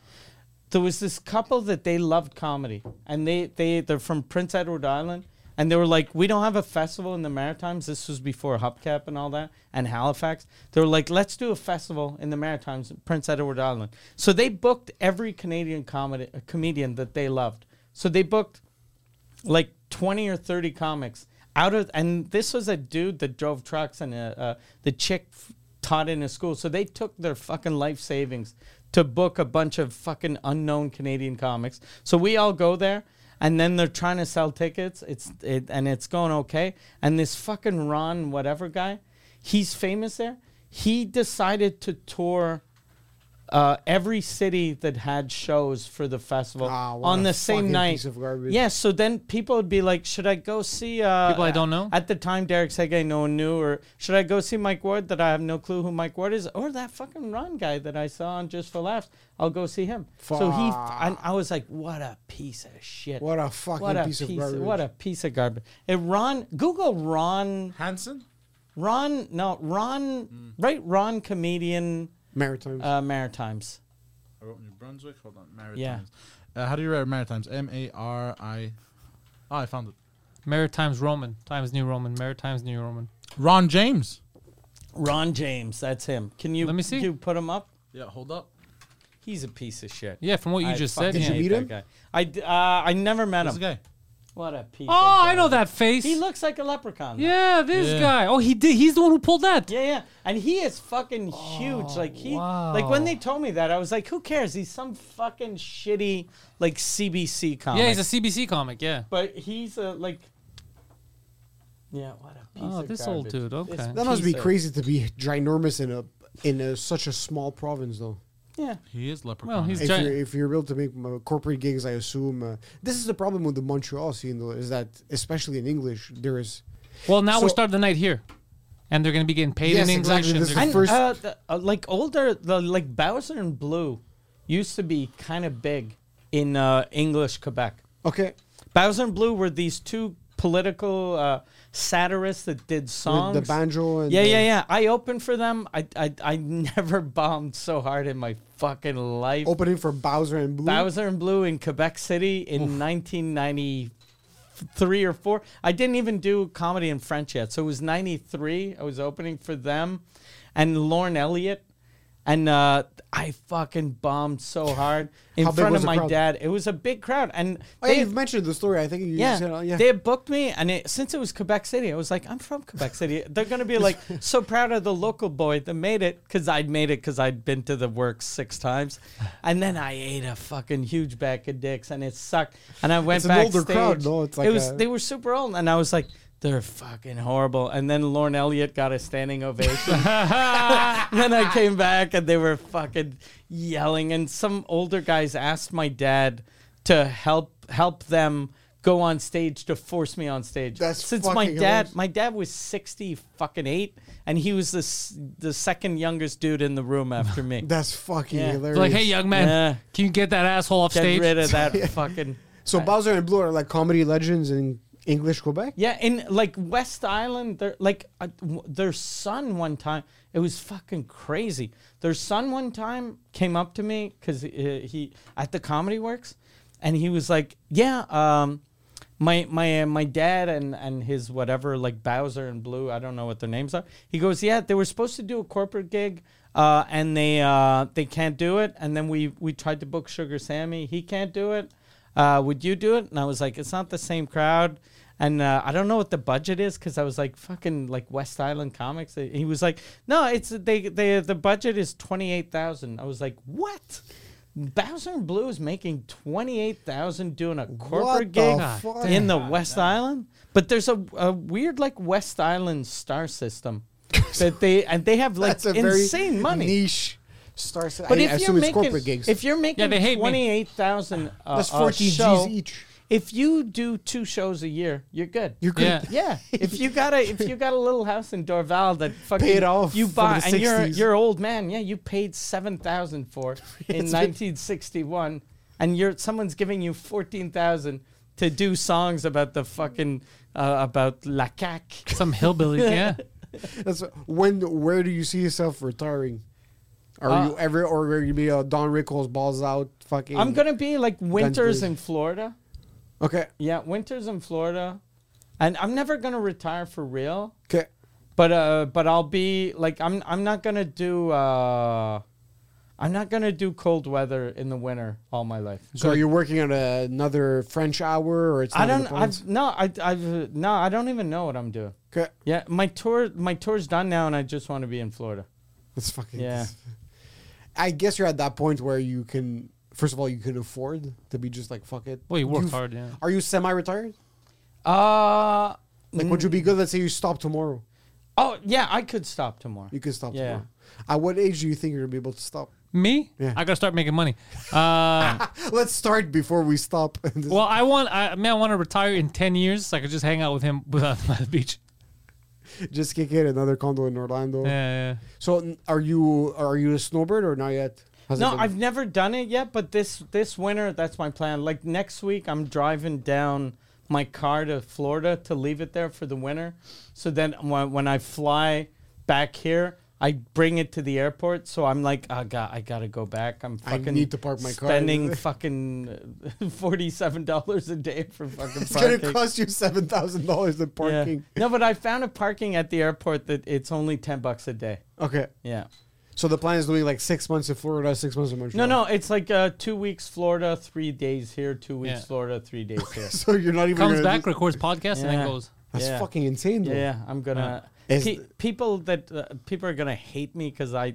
Speaker 2: there was this couple that they loved comedy, and they they they're from Prince Edward Island, and they were like, we don't have a festival in the Maritimes. This was before Hubcap and all that, and Halifax. They were like, let's do a festival in the Maritimes, Prince Edward Island. So they booked every Canadian comedy uh, comedian that they loved. So they booked like 20 or 30 comics out of and this was a dude that drove trucks and uh, uh, the chick f- taught in a school so they took their fucking life savings to book a bunch of fucking unknown canadian comics so we all go there and then they're trying to sell tickets it's it, and it's going okay and this fucking ron whatever guy he's famous there he decided to tour uh, every city that had shows for the festival
Speaker 4: Ah, what
Speaker 2: on
Speaker 4: a
Speaker 2: the same
Speaker 4: fucking
Speaker 2: night.
Speaker 4: piece of garbage.
Speaker 2: Yeah, so then people would be like, should I go see uh,
Speaker 1: People I don't know?
Speaker 2: At the time, Derek Sege, no one knew, or should I go see Mike Ward that I have no clue who Mike Ward is, or that fucking Ron guy that I saw on Just for Laughs? I'll go see him. So he and I was like, what a piece of shit.
Speaker 4: What a fucking
Speaker 2: What a
Speaker 4: piece of garbage.
Speaker 2: What a piece of garbage. And Ron, Google Ron,
Speaker 3: Hanson?
Speaker 2: Ron,
Speaker 1: Mm.
Speaker 2: no Ron, right? Ron comedian
Speaker 4: Maritimes.
Speaker 2: uh, Maritimes.
Speaker 3: I wrote New Brunswick. Hold on, Maritimes.
Speaker 2: Yeah.
Speaker 3: Uh, how do you write Maritimes? M A R I. Oh, I found it.
Speaker 1: Maritimes Roman times New Roman. Maritimes New Roman.
Speaker 3: Ron James.
Speaker 2: Ron James, that's him. Can you
Speaker 1: Let me see.
Speaker 2: You put him up.
Speaker 3: Yeah, hold up.
Speaker 2: He's a piece of shit.
Speaker 1: Yeah, from what you
Speaker 2: I
Speaker 1: just said.
Speaker 2: fucking
Speaker 1: yeah.
Speaker 4: Did you
Speaker 2: hate
Speaker 4: meet
Speaker 2: that Guy.
Speaker 4: him?
Speaker 2: I d- uh, I never met
Speaker 3: This
Speaker 2: him.
Speaker 3: guy.
Speaker 2: What a piece.
Speaker 1: Oh,
Speaker 2: of
Speaker 1: I know
Speaker 2: guy.
Speaker 1: that face.
Speaker 2: He looks like a leprechaun. though.
Speaker 1: yeah, this
Speaker 3: Yeah.
Speaker 1: guy. Oh, he did. He's the one who pulled that.
Speaker 2: Yeah, yeah. And he is fucking huge. Like he like
Speaker 1: wow.
Speaker 2: when they told me that, I was like, who cares? He's some fucking shitty like CBC comic.
Speaker 1: Yeah, he's a CBC comic. Yeah.
Speaker 2: but he's a like Yeah, what a piece
Speaker 1: Oh,
Speaker 2: of
Speaker 1: this old
Speaker 2: garbage.
Speaker 1: dude,
Speaker 2: This
Speaker 1: okay.
Speaker 4: That must be
Speaker 2: piece of-
Speaker 4: crazy to be ginormous in a in a, such a small province, though.
Speaker 2: Yeah.
Speaker 3: He is leprechaun.
Speaker 1: Well, he's
Speaker 4: If
Speaker 1: giant.
Speaker 4: you're, if you're able to make uh, corporate gigs, I assume uh, this is the problem with the Montreal scene, though, is that especially in English, there is
Speaker 1: Well, now we
Speaker 4: So-
Speaker 1: start the night here, and they're going to be getting paid
Speaker 4: Yes,
Speaker 1: in English.
Speaker 4: exactly,
Speaker 1: and
Speaker 4: this
Speaker 1: they're
Speaker 4: is-
Speaker 1: gonna-
Speaker 2: And
Speaker 4: first-
Speaker 2: uh, the, uh, like older the like Bowser and Blue used to be kind of big in uh, English Quebec.
Speaker 4: okay.
Speaker 2: Bowser and Blue were these two political uh, satirists that did songs.
Speaker 4: With the banjo and
Speaker 2: Yeah,
Speaker 4: the-
Speaker 2: yeah, yeah. I opened for them. I, I, I never bombed so hard in my fucking life.
Speaker 4: Opening for Bowser and Blue.
Speaker 2: Bowser and Blue in Quebec City in 1993 or four. I didn't even do comedy in French yet, so it was 93. I was opening for them, and Lauren Elliott, and uh, I fucking bombed so hard in
Speaker 4: How big
Speaker 2: front
Speaker 4: was
Speaker 2: of
Speaker 4: the
Speaker 2: my
Speaker 4: crowd?
Speaker 2: dad. It was a big crowd, and
Speaker 4: Oh, yeah,
Speaker 2: they-
Speaker 4: you've mentioned the story. I think you
Speaker 2: yeah,
Speaker 4: said, uh, yeah.
Speaker 2: they had booked me, and it, since it was Quebec City, I was like, I'm from Quebec City. They're gonna be like so proud of the local boy that made it, because I'd made it, because I'd been to the works six times, and then I ate a fucking huge bag of dicks, and it sucked. And I went
Speaker 4: It's an
Speaker 2: back.
Speaker 4: older crowd, no? It's like
Speaker 2: it was.
Speaker 4: a-
Speaker 2: They were super old, and I was like. They're fucking horrible. And then Lorne Elliott got a standing ovation. then I came back and they were fucking yelling. And some older guys asked my dad to help help them go on stage to force me on stage.
Speaker 4: That's
Speaker 2: since my
Speaker 4: fucking
Speaker 2: dad
Speaker 4: hilarious.
Speaker 2: my dad was sixty fucking eight, and he was the s- the second youngest dude in the room after me.
Speaker 4: That's fucking
Speaker 2: Yeah. It's
Speaker 4: hilarious.
Speaker 1: They're like, hey, young man,
Speaker 2: Yeah.
Speaker 1: can you get that asshole off
Speaker 2: Get
Speaker 1: stage?
Speaker 2: rid of that fucking.
Speaker 4: so Bowser and Blue are like comedy legends in English Quebec.
Speaker 2: Yeah, in like West Island, they're like uh, w- their son one time. It was fucking crazy. Their son one time came up to me because uh, he at the Comedy Works, and he was like, "Yeah, um, my my uh, my dad and and his whatever like Bowser and Blue. I don't know what their names are." He goes, "Yeah, they were supposed to do a corporate gig." Uh, and they uh, they can't do it, and then we we tried to book Sugar Sammy. He can't do it uh, would you do it? And I was like, it's not the same crowd. And uh, I don't know what the budget is because I was like, fucking like West Island comics. And he was like, no, it's they, they the budget is twenty eight thousand. I was like, what? Bowser and Blue is making twenty eight thousand doing a corporate
Speaker 4: the
Speaker 2: gig
Speaker 4: fuck?
Speaker 2: in the West Island. But there's a, a weird like West Island star system that they and they have like
Speaker 4: That's a very
Speaker 2: insane money.
Speaker 4: niche star. set.
Speaker 2: But
Speaker 4: I
Speaker 2: if you're
Speaker 4: assume it's
Speaker 2: making
Speaker 4: corporate gigs.
Speaker 2: if you're making
Speaker 1: they hate me.
Speaker 2: twenty eight thousand, uh,
Speaker 4: That's
Speaker 2: a
Speaker 4: 14 Gs
Speaker 2: show,
Speaker 4: each.
Speaker 2: If you do two shows a year, you're good.
Speaker 4: you're good.
Speaker 1: Yeah.
Speaker 2: yeah. If you got a if you got a little house in Dorval that fucking
Speaker 4: Pay it off
Speaker 2: you
Speaker 4: for
Speaker 2: buy
Speaker 4: the
Speaker 2: and you're
Speaker 4: 60s.
Speaker 2: you're old man, yeah, you paid seven thousand for it in nineteen sixty one, and you're someone's giving you fourteen thousand to do songs about the fucking uh, about la cac.
Speaker 1: Some hillbilly, yeah.
Speaker 4: That's when. Where do you see yourself retiring? Are
Speaker 2: Uh,
Speaker 4: you ever, or are you be uh, Don Rickles balls out? Fucking.
Speaker 2: I'm gonna be like winters
Speaker 4: Blazing.
Speaker 2: in Florida.
Speaker 4: Okay.
Speaker 2: Yeah, winters in Florida, and I'm never gonna retire for real.
Speaker 4: Okay.
Speaker 2: But uh, but I'll be like I'm I'm not gonna do uh, I'm not gonna do cold weather in the winter all my life.
Speaker 4: So are you working on another French hour, or it's?
Speaker 2: I
Speaker 4: not in
Speaker 2: don't
Speaker 4: the
Speaker 2: I've no I I've uh, no I don't even know what I'm doing.
Speaker 4: plans? 'Kay.
Speaker 2: Yeah, my tour my tour's done now, and I just want to be in Florida.
Speaker 4: That's fucking.
Speaker 2: Yeah.
Speaker 4: I guess you're at that point where you can. First of all, you can afford to be just like fuck it.
Speaker 1: Well, you worked
Speaker 4: You've-
Speaker 1: hard, yeah.
Speaker 4: Are you semi-retired?
Speaker 2: Uh
Speaker 4: Like, would you be good? Let's say you stop tomorrow.
Speaker 2: oh yeah, I could stop tomorrow.
Speaker 4: You can stop
Speaker 2: Yeah.
Speaker 4: tomorrow. At what age do you think you're gonna be able to stop?
Speaker 1: Me?
Speaker 4: Yeah.
Speaker 1: I gotta start making money. Uh,
Speaker 4: Let's start before we stop.
Speaker 1: well, I want, I man, I want to retire in ten years. So I could just hang out with him without him at the beach.
Speaker 4: just kick in another condo in Orlando.
Speaker 1: Yeah, yeah.
Speaker 4: So, n- are you are you a snowbird or not yet? Has it
Speaker 2: No,
Speaker 4: been-
Speaker 2: I've never done it yet, but this this winter, that's my plan. Like next week, I'm driving down my car to Florida to leave it there for the winter, so then when, when I fly back here, I bring it to the airport, so I'm like, oh god, I gotta go back. I'm
Speaker 4: I
Speaker 2: fucking
Speaker 4: need to park my car.
Speaker 2: Spending fucking forty seven dollars a day for fucking
Speaker 4: It's
Speaker 2: parking.
Speaker 4: gonna cost you seven thousand dollars in
Speaker 2: Yeah.
Speaker 4: parking.
Speaker 2: No, but I found a parking at the airport that it's only ten bucks a day.
Speaker 4: Okay,
Speaker 2: Yeah.
Speaker 4: so the plan is doing like six months in Florida, six months in
Speaker 2: No,
Speaker 4: Montreal.
Speaker 2: no, it's like uh, two weeks Florida, three days here. Two weeks
Speaker 1: Yeah.
Speaker 2: Florida, three days here.
Speaker 4: So you're not even
Speaker 1: Comes
Speaker 4: gonna
Speaker 1: back,
Speaker 4: do-
Speaker 1: records podcast, and
Speaker 2: Yeah.
Speaker 1: then goes.
Speaker 4: That's
Speaker 2: Yeah.
Speaker 4: fucking insane. Though.
Speaker 2: Yeah, yeah, I'm gonna.
Speaker 4: Is
Speaker 2: Pe-
Speaker 4: th-
Speaker 2: people that uh, people are gonna hate me because I,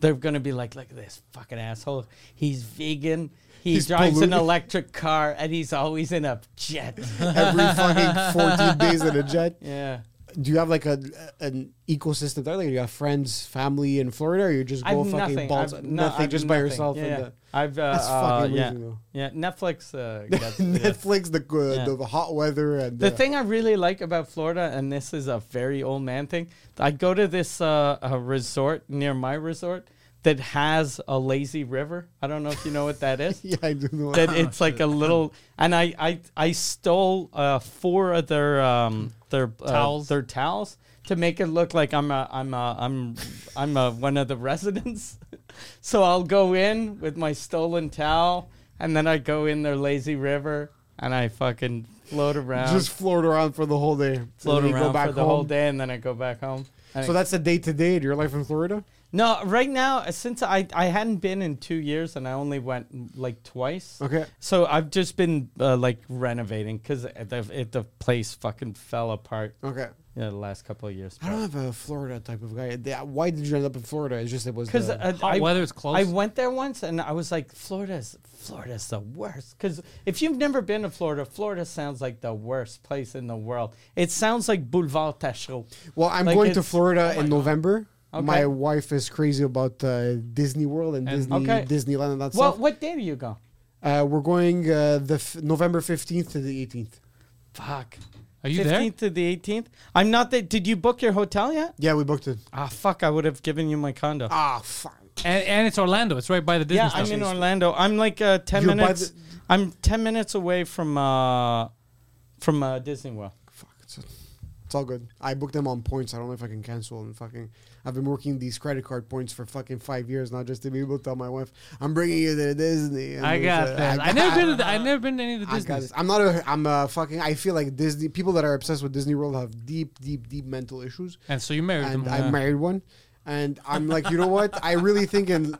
Speaker 2: they're gonna be like, look at this fucking asshole. He's vegan. He
Speaker 4: He's
Speaker 2: drives
Speaker 4: polluted."
Speaker 2: an electric car, and he's always in a jet.
Speaker 4: Every fucking fourteen days in a jet.
Speaker 2: yeah,
Speaker 4: Do you have like a an ecosystem there? Like you have friends, family in Florida, or you just
Speaker 2: I
Speaker 4: go
Speaker 2: have
Speaker 4: fucking
Speaker 2: nothing.
Speaker 4: balls,
Speaker 2: I've,
Speaker 4: nothing,
Speaker 2: no, I've
Speaker 4: just by
Speaker 2: nothing.
Speaker 4: yourself?
Speaker 2: Yeah,
Speaker 4: in
Speaker 2: yeah.
Speaker 4: the-
Speaker 2: I've uh,
Speaker 4: That's fucking
Speaker 2: uh, yeah,
Speaker 4: amazing, though.
Speaker 2: yeah. Netflix. Uh, got, yeah.
Speaker 4: Netflix, the, uh,
Speaker 2: Yeah.
Speaker 4: the hot weather, and
Speaker 2: The
Speaker 4: uh,
Speaker 2: thing I really like about Florida, and this is a very old man thing, I go to this uh, a resort near my resort that has a lazy river. I don't know if you know what that is.
Speaker 4: Yeah, Oh, I do know.
Speaker 2: That it's like a little, and I I, I stole uh, four of their um, their uh,
Speaker 1: Towels.
Speaker 2: their towels to make it look like I'm a I'm a I'm I'm a, one of the residents. so I'll go in with my stolen towel, and then I go in their lazy river, and I fucking float around
Speaker 4: just float around for the whole day.
Speaker 2: um, float
Speaker 4: Then you
Speaker 2: around
Speaker 4: go back
Speaker 2: for the whole
Speaker 4: home.
Speaker 2: day, and then I go back home. And
Speaker 4: So
Speaker 2: I-
Speaker 4: that's a day to day your life in Florida.
Speaker 2: no, right now uh, since I I hadn't been in two years, and I only went mm, like twice.
Speaker 4: Okay.
Speaker 2: So I've just been uh, like renovating because the it, the place fucking fell apart.
Speaker 4: Okay.
Speaker 2: Yeah, the last couple of years.
Speaker 4: I don't have a Florida type of guy. Th- Why did you end up in Florida? It's just it was
Speaker 2: Because
Speaker 4: the-
Speaker 1: Hot weather is close.
Speaker 2: uh, I went there once, and I was like, "Florida's Florida's the worst." Because if you've never been to Florida, Florida sounds like the worst place in the world. It sounds like Boulevard Tachereau.
Speaker 4: well, I'm
Speaker 2: like
Speaker 4: going to
Speaker 2: it's-
Speaker 4: Florida in November.
Speaker 2: Okay.
Speaker 4: My wife is crazy about uh, Disney World and, Disney
Speaker 2: Okay.
Speaker 4: Disneyland and that
Speaker 2: Well,
Speaker 4: stuff.
Speaker 2: what day do you go?
Speaker 4: Uh, we're going uh, the f- November 15th to the 18th.
Speaker 2: Fuck.
Speaker 1: Are you there?
Speaker 2: 15th to the 18th? I'm not that. Did you book your hotel yet?
Speaker 4: Yeah, we booked it.
Speaker 2: Ah, fuck. I would have given you my condo.
Speaker 4: Ah, fuck.
Speaker 1: And, and it's Orlando. It's right by the Disney.
Speaker 2: yeah,
Speaker 1: stuff.
Speaker 2: I'm in Orlando. I'm like uh, 10
Speaker 4: You're by
Speaker 2: minutes.
Speaker 4: the-
Speaker 2: I'm 10 minutes away from uh, from uh, Disney World.
Speaker 4: Fuck. It's, it's all good. I booked them on points. I don't know if I can cancel and fucking. I've been working these credit card points for fucking five years now just to be able to tell my wife, I'm bringing you to Disney. And
Speaker 1: I
Speaker 4: it's,
Speaker 1: got
Speaker 4: uh,
Speaker 1: that. I never been. To the, I never been to any of the
Speaker 4: I got
Speaker 1: Disney.
Speaker 4: this. I'm not a. I'm a fucking. I feel like Disney people that are obsessed with Disney World have deep, deep, deep mental issues.
Speaker 1: And so you married uh,
Speaker 4: And
Speaker 1: them.
Speaker 4: I married one, and I'm like, you know what? I really think in,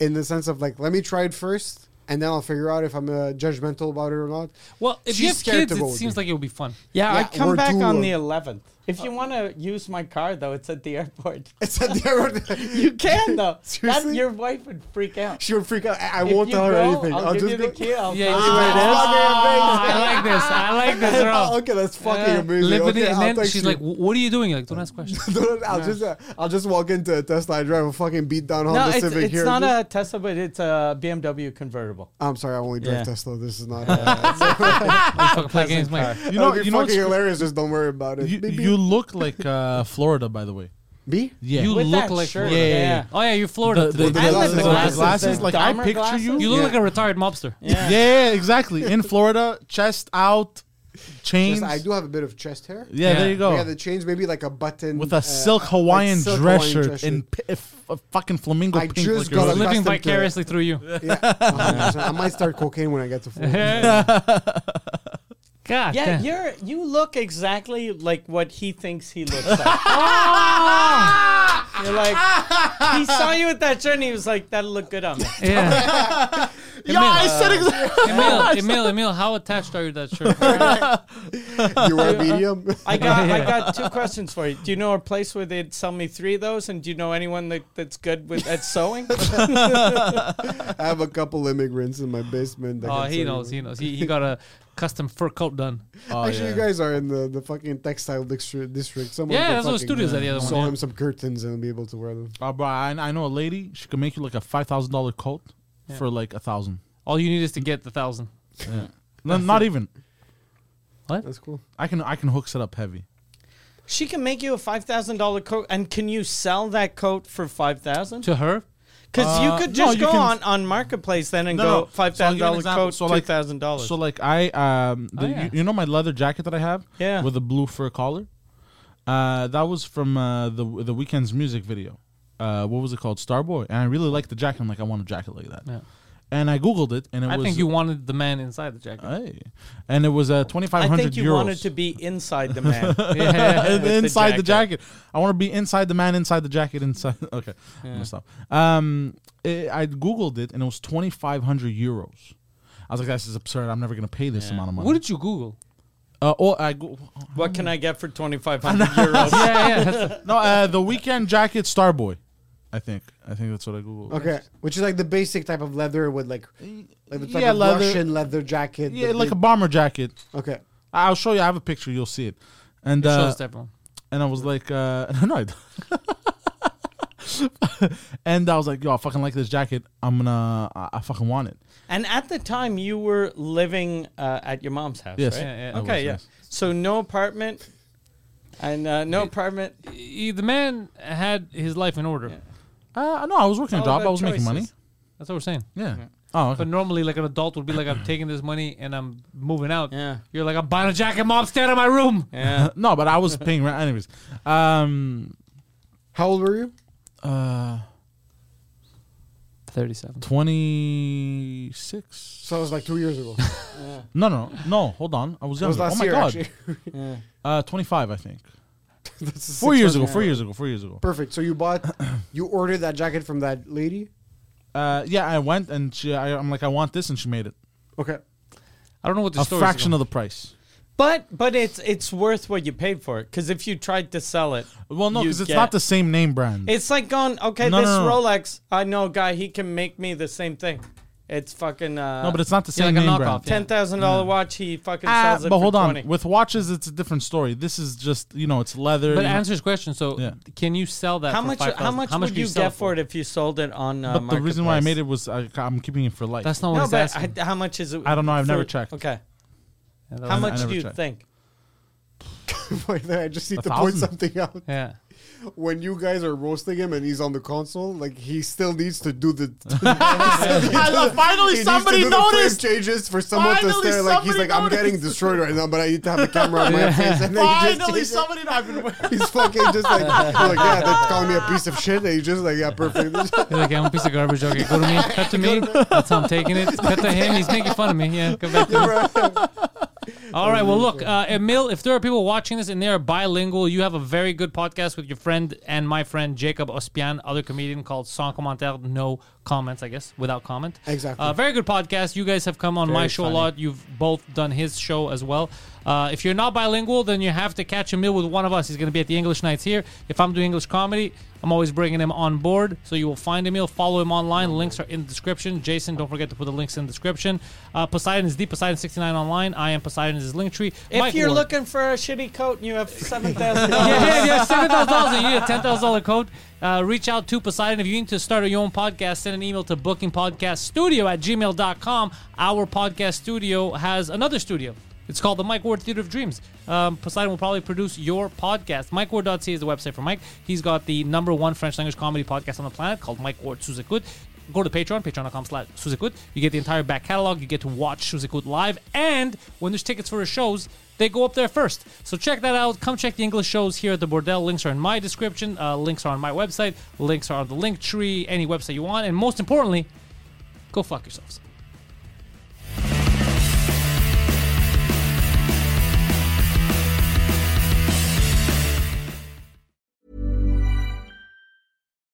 Speaker 4: in the sense of like, let me try it first, and then I'll figure out if I'm uh, judgmental about it or not.
Speaker 1: well, if
Speaker 4: She's
Speaker 1: you have
Speaker 4: scared
Speaker 1: kids,
Speaker 4: to
Speaker 1: it
Speaker 4: go with
Speaker 1: seems
Speaker 4: me.
Speaker 1: like it would be fun.
Speaker 2: Yeah, I
Speaker 4: Yeah,
Speaker 2: come
Speaker 4: we're
Speaker 2: back
Speaker 4: due
Speaker 2: on
Speaker 4: on-
Speaker 2: the 11th. If you want to use my car, though, it's at the airport.
Speaker 4: It's at the airport.
Speaker 2: You can, though. that,
Speaker 4: Seriously?
Speaker 2: your wife would freak out.
Speaker 4: She would freak out. I, I
Speaker 2: If
Speaker 4: won't
Speaker 2: you
Speaker 4: tell her
Speaker 2: go,
Speaker 4: anything.
Speaker 2: I'll, give
Speaker 4: just
Speaker 2: you
Speaker 4: be
Speaker 2: the key. I'll
Speaker 1: Yeah,
Speaker 2: tell
Speaker 1: you
Speaker 2: you where
Speaker 1: do
Speaker 2: it
Speaker 1: it.
Speaker 2: is.
Speaker 1: I like this. I like this, bro.
Speaker 4: Oh, okay, that's
Speaker 2: Uh,
Speaker 4: fucking
Speaker 1: Yeah.
Speaker 4: amazing.
Speaker 1: Liberty,
Speaker 4: okay, I'll
Speaker 1: and then
Speaker 4: text
Speaker 1: she's
Speaker 4: you.
Speaker 1: like, "Wh- "What are you doing?" You're like, don't ask questions.
Speaker 4: I'll just uh, I'll just walk into a Tesla and drive a fucking beat down Honda
Speaker 2: No, it's,
Speaker 4: Civic
Speaker 2: it's
Speaker 4: here.
Speaker 2: not
Speaker 4: Just-
Speaker 2: a Tesla, but it's a BMW convertible.
Speaker 4: I'm sorry, I only drive
Speaker 2: Yeah.
Speaker 4: Tesla. This is not. Uh,
Speaker 1: You fucking play games, man.
Speaker 3: You know,
Speaker 4: you
Speaker 3: you know,
Speaker 4: fucking
Speaker 3: what's-
Speaker 4: hilarious. Just don't worry about it.
Speaker 3: you,
Speaker 4: Beep, beep.
Speaker 3: you look like uh, Florida, by the way.
Speaker 4: B?
Speaker 3: Yeah,
Speaker 1: You
Speaker 2: With
Speaker 1: look
Speaker 2: that
Speaker 1: like
Speaker 2: shirt,
Speaker 1: Florida.
Speaker 3: yeah, yeah.
Speaker 1: Oh yeah, you're Florida.
Speaker 3: The- the
Speaker 1: today.
Speaker 4: glasses,
Speaker 3: the
Speaker 4: the
Speaker 3: glasses,
Speaker 2: glasses,
Speaker 3: like I
Speaker 2: Dahmer
Speaker 3: picture
Speaker 2: glasses.
Speaker 3: you.
Speaker 1: you look
Speaker 4: yeah.
Speaker 1: like a retired mobster.
Speaker 3: yeah. exactly. In Florida, chest out, chains.
Speaker 4: Just- I do have a bit of chest hair.
Speaker 3: Yeah,
Speaker 1: Yeah.
Speaker 3: there you go.
Speaker 4: Yeah, the chains maybe like a button
Speaker 3: With a
Speaker 4: uh,
Speaker 3: silk
Speaker 4: like
Speaker 3: Hawaiian
Speaker 4: silk
Speaker 3: dress
Speaker 4: Hawaiian
Speaker 3: shirt
Speaker 4: dress
Speaker 3: in p- f- a fucking flamingo
Speaker 4: I
Speaker 3: pink. like
Speaker 4: just
Speaker 3: yours.
Speaker 4: got a-
Speaker 1: Living
Speaker 4: Accustomed to it.
Speaker 1: vicariously through you.
Speaker 4: Yeah, 100%. I might start cocaine when I get to Florida.
Speaker 1: God.
Speaker 2: Yeah,
Speaker 1: damn.
Speaker 2: you're you look exactly like what he thinks he looks like.
Speaker 3: Ah!
Speaker 2: you're like he saw you with that shirt and he was like, "That'll look good on me."
Speaker 1: Yeah.
Speaker 3: yeah, I
Speaker 4: uh,
Speaker 3: said exactly.
Speaker 1: Emil, Emil, Emil, how attached are you to that shirt?
Speaker 4: you wear a medium.
Speaker 2: I got I got two questions for you. Do you know a place where they'd sell me three of those? And do you know anyone that, that's good with at sewing?
Speaker 4: I have a couple immigrants in my basement. that
Speaker 1: Oh,
Speaker 4: can
Speaker 1: he
Speaker 4: sell
Speaker 1: knows. Oh,
Speaker 4: me-
Speaker 1: He knows. He, he got a custom fur coat done.
Speaker 4: Actually, you guys are in the, the fucking textile distri- district. Someone
Speaker 1: Yeah,
Speaker 4: could
Speaker 1: that's what
Speaker 4: fucking
Speaker 1: studios at the other one,
Speaker 4: Sew
Speaker 1: yeah.
Speaker 4: him some curtains and be able to wear them.
Speaker 3: Uh, bro, I, I know a lady. She could make you like a five thousand dollar coat for like a thousand.
Speaker 1: All you need is to get the thousand.
Speaker 3: Yeah. No, not even.
Speaker 4: That's cool.
Speaker 3: I can I can hook it up heavy.
Speaker 2: she can make you a five thousand dollar coat, and can you sell that coat for five thousand?
Speaker 1: To her,
Speaker 2: Because
Speaker 3: Uh,
Speaker 2: you could
Speaker 3: no,
Speaker 2: just
Speaker 3: you
Speaker 2: go
Speaker 3: can-
Speaker 2: on, on marketplace then and
Speaker 3: No, no.
Speaker 2: go five
Speaker 3: So I'll
Speaker 2: thousand
Speaker 3: give you an
Speaker 2: dollar
Speaker 3: example.
Speaker 2: coat,
Speaker 3: So,
Speaker 2: two
Speaker 3: like-
Speaker 2: thousand dollars.
Speaker 3: So like I um the,
Speaker 1: Oh, yeah.
Speaker 3: you, you know my leather jacket that I have
Speaker 2: Yeah.
Speaker 3: with the blue fur collar, uh that was from uh, the the weekend's music video. uh, what was it called, Starboy, and I really liked the jacket. I'm like, I want a jacket like that.
Speaker 1: Yeah.
Speaker 3: And I googled it, and it
Speaker 1: I
Speaker 3: was
Speaker 1: think you wanted the man inside the jacket.
Speaker 3: Hey. and it was uh, twenty five
Speaker 2: I
Speaker 3: hundred
Speaker 2: think you
Speaker 3: euros.
Speaker 2: wanted to be inside the man.
Speaker 3: Yeah,
Speaker 2: with the
Speaker 3: inside the
Speaker 2: jacket.
Speaker 3: jacket. I want to be inside the man, inside the jacket, inside. Okay, I'm gonna stop. Um, it, I googled it and it was 2,500 euros. I was like, "This is absurd. I'm never gonna pay this amount of money."
Speaker 1: what did you Google?
Speaker 3: uh, oh, I go-
Speaker 2: What can I get for 2,500 euros?
Speaker 1: yeah, yeah. that's-
Speaker 3: no, uh, the weekend jacket, Starboy. I think. I think that's what I googled.
Speaker 4: Okay, which is like the basic type of leather with like, like the type
Speaker 3: Yeah,
Speaker 4: of
Speaker 3: leather.
Speaker 4: Russian leather jacket.
Speaker 3: Yeah,
Speaker 4: that
Speaker 3: like
Speaker 4: they-
Speaker 3: a bomber jacket.
Speaker 4: okay.
Speaker 3: I- I'll show you. I have a picture. You'll see it. And
Speaker 1: Show
Speaker 3: uh,
Speaker 1: us that one.
Speaker 3: and I was like, uh, no, I don't. and I was like, yo, I fucking like this jacket. I'm gonna, I, I fucking want it.
Speaker 2: And at the time, you were living uh, at your mom's house,
Speaker 3: Yes.
Speaker 2: right?
Speaker 1: Yeah, yeah.
Speaker 2: Okay,
Speaker 3: I was,
Speaker 2: yeah.
Speaker 3: yes.
Speaker 2: So no apartment, and uh, no apartment.
Speaker 1: He- the man had his life in order.
Speaker 3: Uh, no, I was working
Speaker 2: All
Speaker 3: a job. I
Speaker 2: about
Speaker 3: was making money.
Speaker 2: Oh, choices.
Speaker 1: That's what we're saying.
Speaker 3: Yeah. Oh, okay.
Speaker 1: But normally, like an adult would be like, I'm taking this money and I'm moving out.
Speaker 2: Yeah.
Speaker 1: You're like, I'm buying a jacket, mom, stay out of my room.
Speaker 2: Yeah.
Speaker 3: no, but I was paying rent. Anyways, um,
Speaker 4: How old were you?
Speaker 3: uh,
Speaker 1: 37.
Speaker 3: twenty six.
Speaker 4: So it was like two years ago.
Speaker 3: No, no, no. Hold on, I was
Speaker 4: It
Speaker 3: younger.
Speaker 4: was last
Speaker 3: oh my
Speaker 4: year,
Speaker 3: god.
Speaker 4: actually.
Speaker 3: Uh, twenty five, I think.
Speaker 4: That's six
Speaker 3: Four years
Speaker 4: months
Speaker 3: ago. Four years ago. Four years ago.
Speaker 4: Perfect. So you bought, you ordered that jacket from that lady.
Speaker 3: Uh, yeah, I went and she, I, I'm like, I want this, and she made it
Speaker 4: Okay.
Speaker 1: I don't know what the
Speaker 3: a
Speaker 1: story
Speaker 3: fraction of the price.
Speaker 2: But but it's it's worth what you paid for it because if you tried to sell it,
Speaker 3: Well, no,
Speaker 2: you
Speaker 3: because it's
Speaker 2: get-
Speaker 3: not the same name brand.
Speaker 2: It's like going okay.
Speaker 3: No,
Speaker 2: this
Speaker 3: no, no.
Speaker 2: Rolex, I know a guy. He can make me the same thing. It's fucking uh,
Speaker 3: no, but it's not the
Speaker 1: yeah,
Speaker 3: same
Speaker 1: like a knockoff,
Speaker 3: name brand.
Speaker 1: yeah.
Speaker 2: ten thousand dollar watch. He fucking
Speaker 3: Ah,
Speaker 2: sells it.
Speaker 3: but
Speaker 2: for
Speaker 3: hold on.
Speaker 2: 20.
Speaker 3: With watches, it's a different story. This is just you know, it's leather.
Speaker 1: But
Speaker 3: you know.
Speaker 1: answer his question. So,
Speaker 3: Yeah.
Speaker 1: can you sell that?
Speaker 2: How
Speaker 1: for
Speaker 2: much?
Speaker 1: 5,000?
Speaker 2: How much, would
Speaker 1: do
Speaker 2: you,
Speaker 1: sell
Speaker 2: get for it if you sold it on? Uh,
Speaker 3: But the reason why I made
Speaker 2: Marketplace?
Speaker 3: it was I, I'm keeping it for life.
Speaker 1: That's not what
Speaker 2: No,
Speaker 1: he's
Speaker 2: but
Speaker 1: asking.
Speaker 2: h- how much is it?
Speaker 3: I don't know, I've never
Speaker 2: for-
Speaker 3: checked.
Speaker 2: Okay,
Speaker 1: Yeah, that
Speaker 2: how
Speaker 1: was-
Speaker 3: I
Speaker 2: much
Speaker 3: never
Speaker 2: do you
Speaker 3: checked.
Speaker 2: think?
Speaker 4: Wait, I just need
Speaker 3: A
Speaker 4: to point
Speaker 3: thousand?
Speaker 4: something out.
Speaker 1: Yeah.
Speaker 4: When you guys are roasting him and he's on the console, like he still needs to do the.
Speaker 3: Finally,
Speaker 4: he needs to do the frame changes for someone to
Speaker 3: Finally,
Speaker 4: stare. Like he's
Speaker 3: somebody
Speaker 4: like, I'm getting
Speaker 3: noticed."
Speaker 4: destroyed right now, but I need to have the camera on my face. And then he just changes-
Speaker 3: I've been waiting.
Speaker 4: He's fucking just like, like yeah, they're calling me a piece of shit. And he's just like, yeah, perfect.
Speaker 1: He's like, I'm a piece of garbage. Okay, go to me. Cut to me. That's how I'm taking it. Cut to him. He's making fun of me. Yeah, come back to me. All right. Well, look, uh, Emil, if there are people watching this and they are bilingual, you have a very good podcast with your friend and my friend Jacob Ospian, other comedian called Sans Commentaire, No Comments, I guess, without comment.
Speaker 4: Exactly.
Speaker 1: Uh, very good podcast. You guys have come on my show a lot. You've both done his show as well. Uh, if you're not bilingual, then you have to catch a meal with one of us. He's going to be at the English nights here. If I'm doing English comedy, I'm always bringing him on board. So you will find Emil. Follow him online. Links are in the description. Jason, don't forget to put the links in the description. Uh, Poseidon is the Poseidon69 online. I am Poseidon is his link tree.
Speaker 2: If you're looking for a shitty coat and you have seven thousand
Speaker 1: Yeah,
Speaker 2: dollars,
Speaker 1: yeah, yeah, seven thousand dollars. You need a ten thousand dollar code. Uh, reach out to Poseidon if you need to start your own podcast. Send an email to bookingpodcaststudio at gmail.com. Our podcast studio has another studio. It's called the Mike Ward Theater of Dreams. Um, Poseidon will probably produce your podcast. MikeWard.ca is the website for Mike. He's got the number one French language comedy podcast on the planet called Mike Ward Suzekut go to Patreon, patreon.com slash Suzekut. You get the entire back catalog. You get to watch Suzekut live. And when there's tickets for his shows, they go up there first. So check that out. Come check the English shows here at the Bordel. Links are in my description. Uh, links are on my website. Links are on the link tree, any website you want. And most importantly, go fuck yourselves.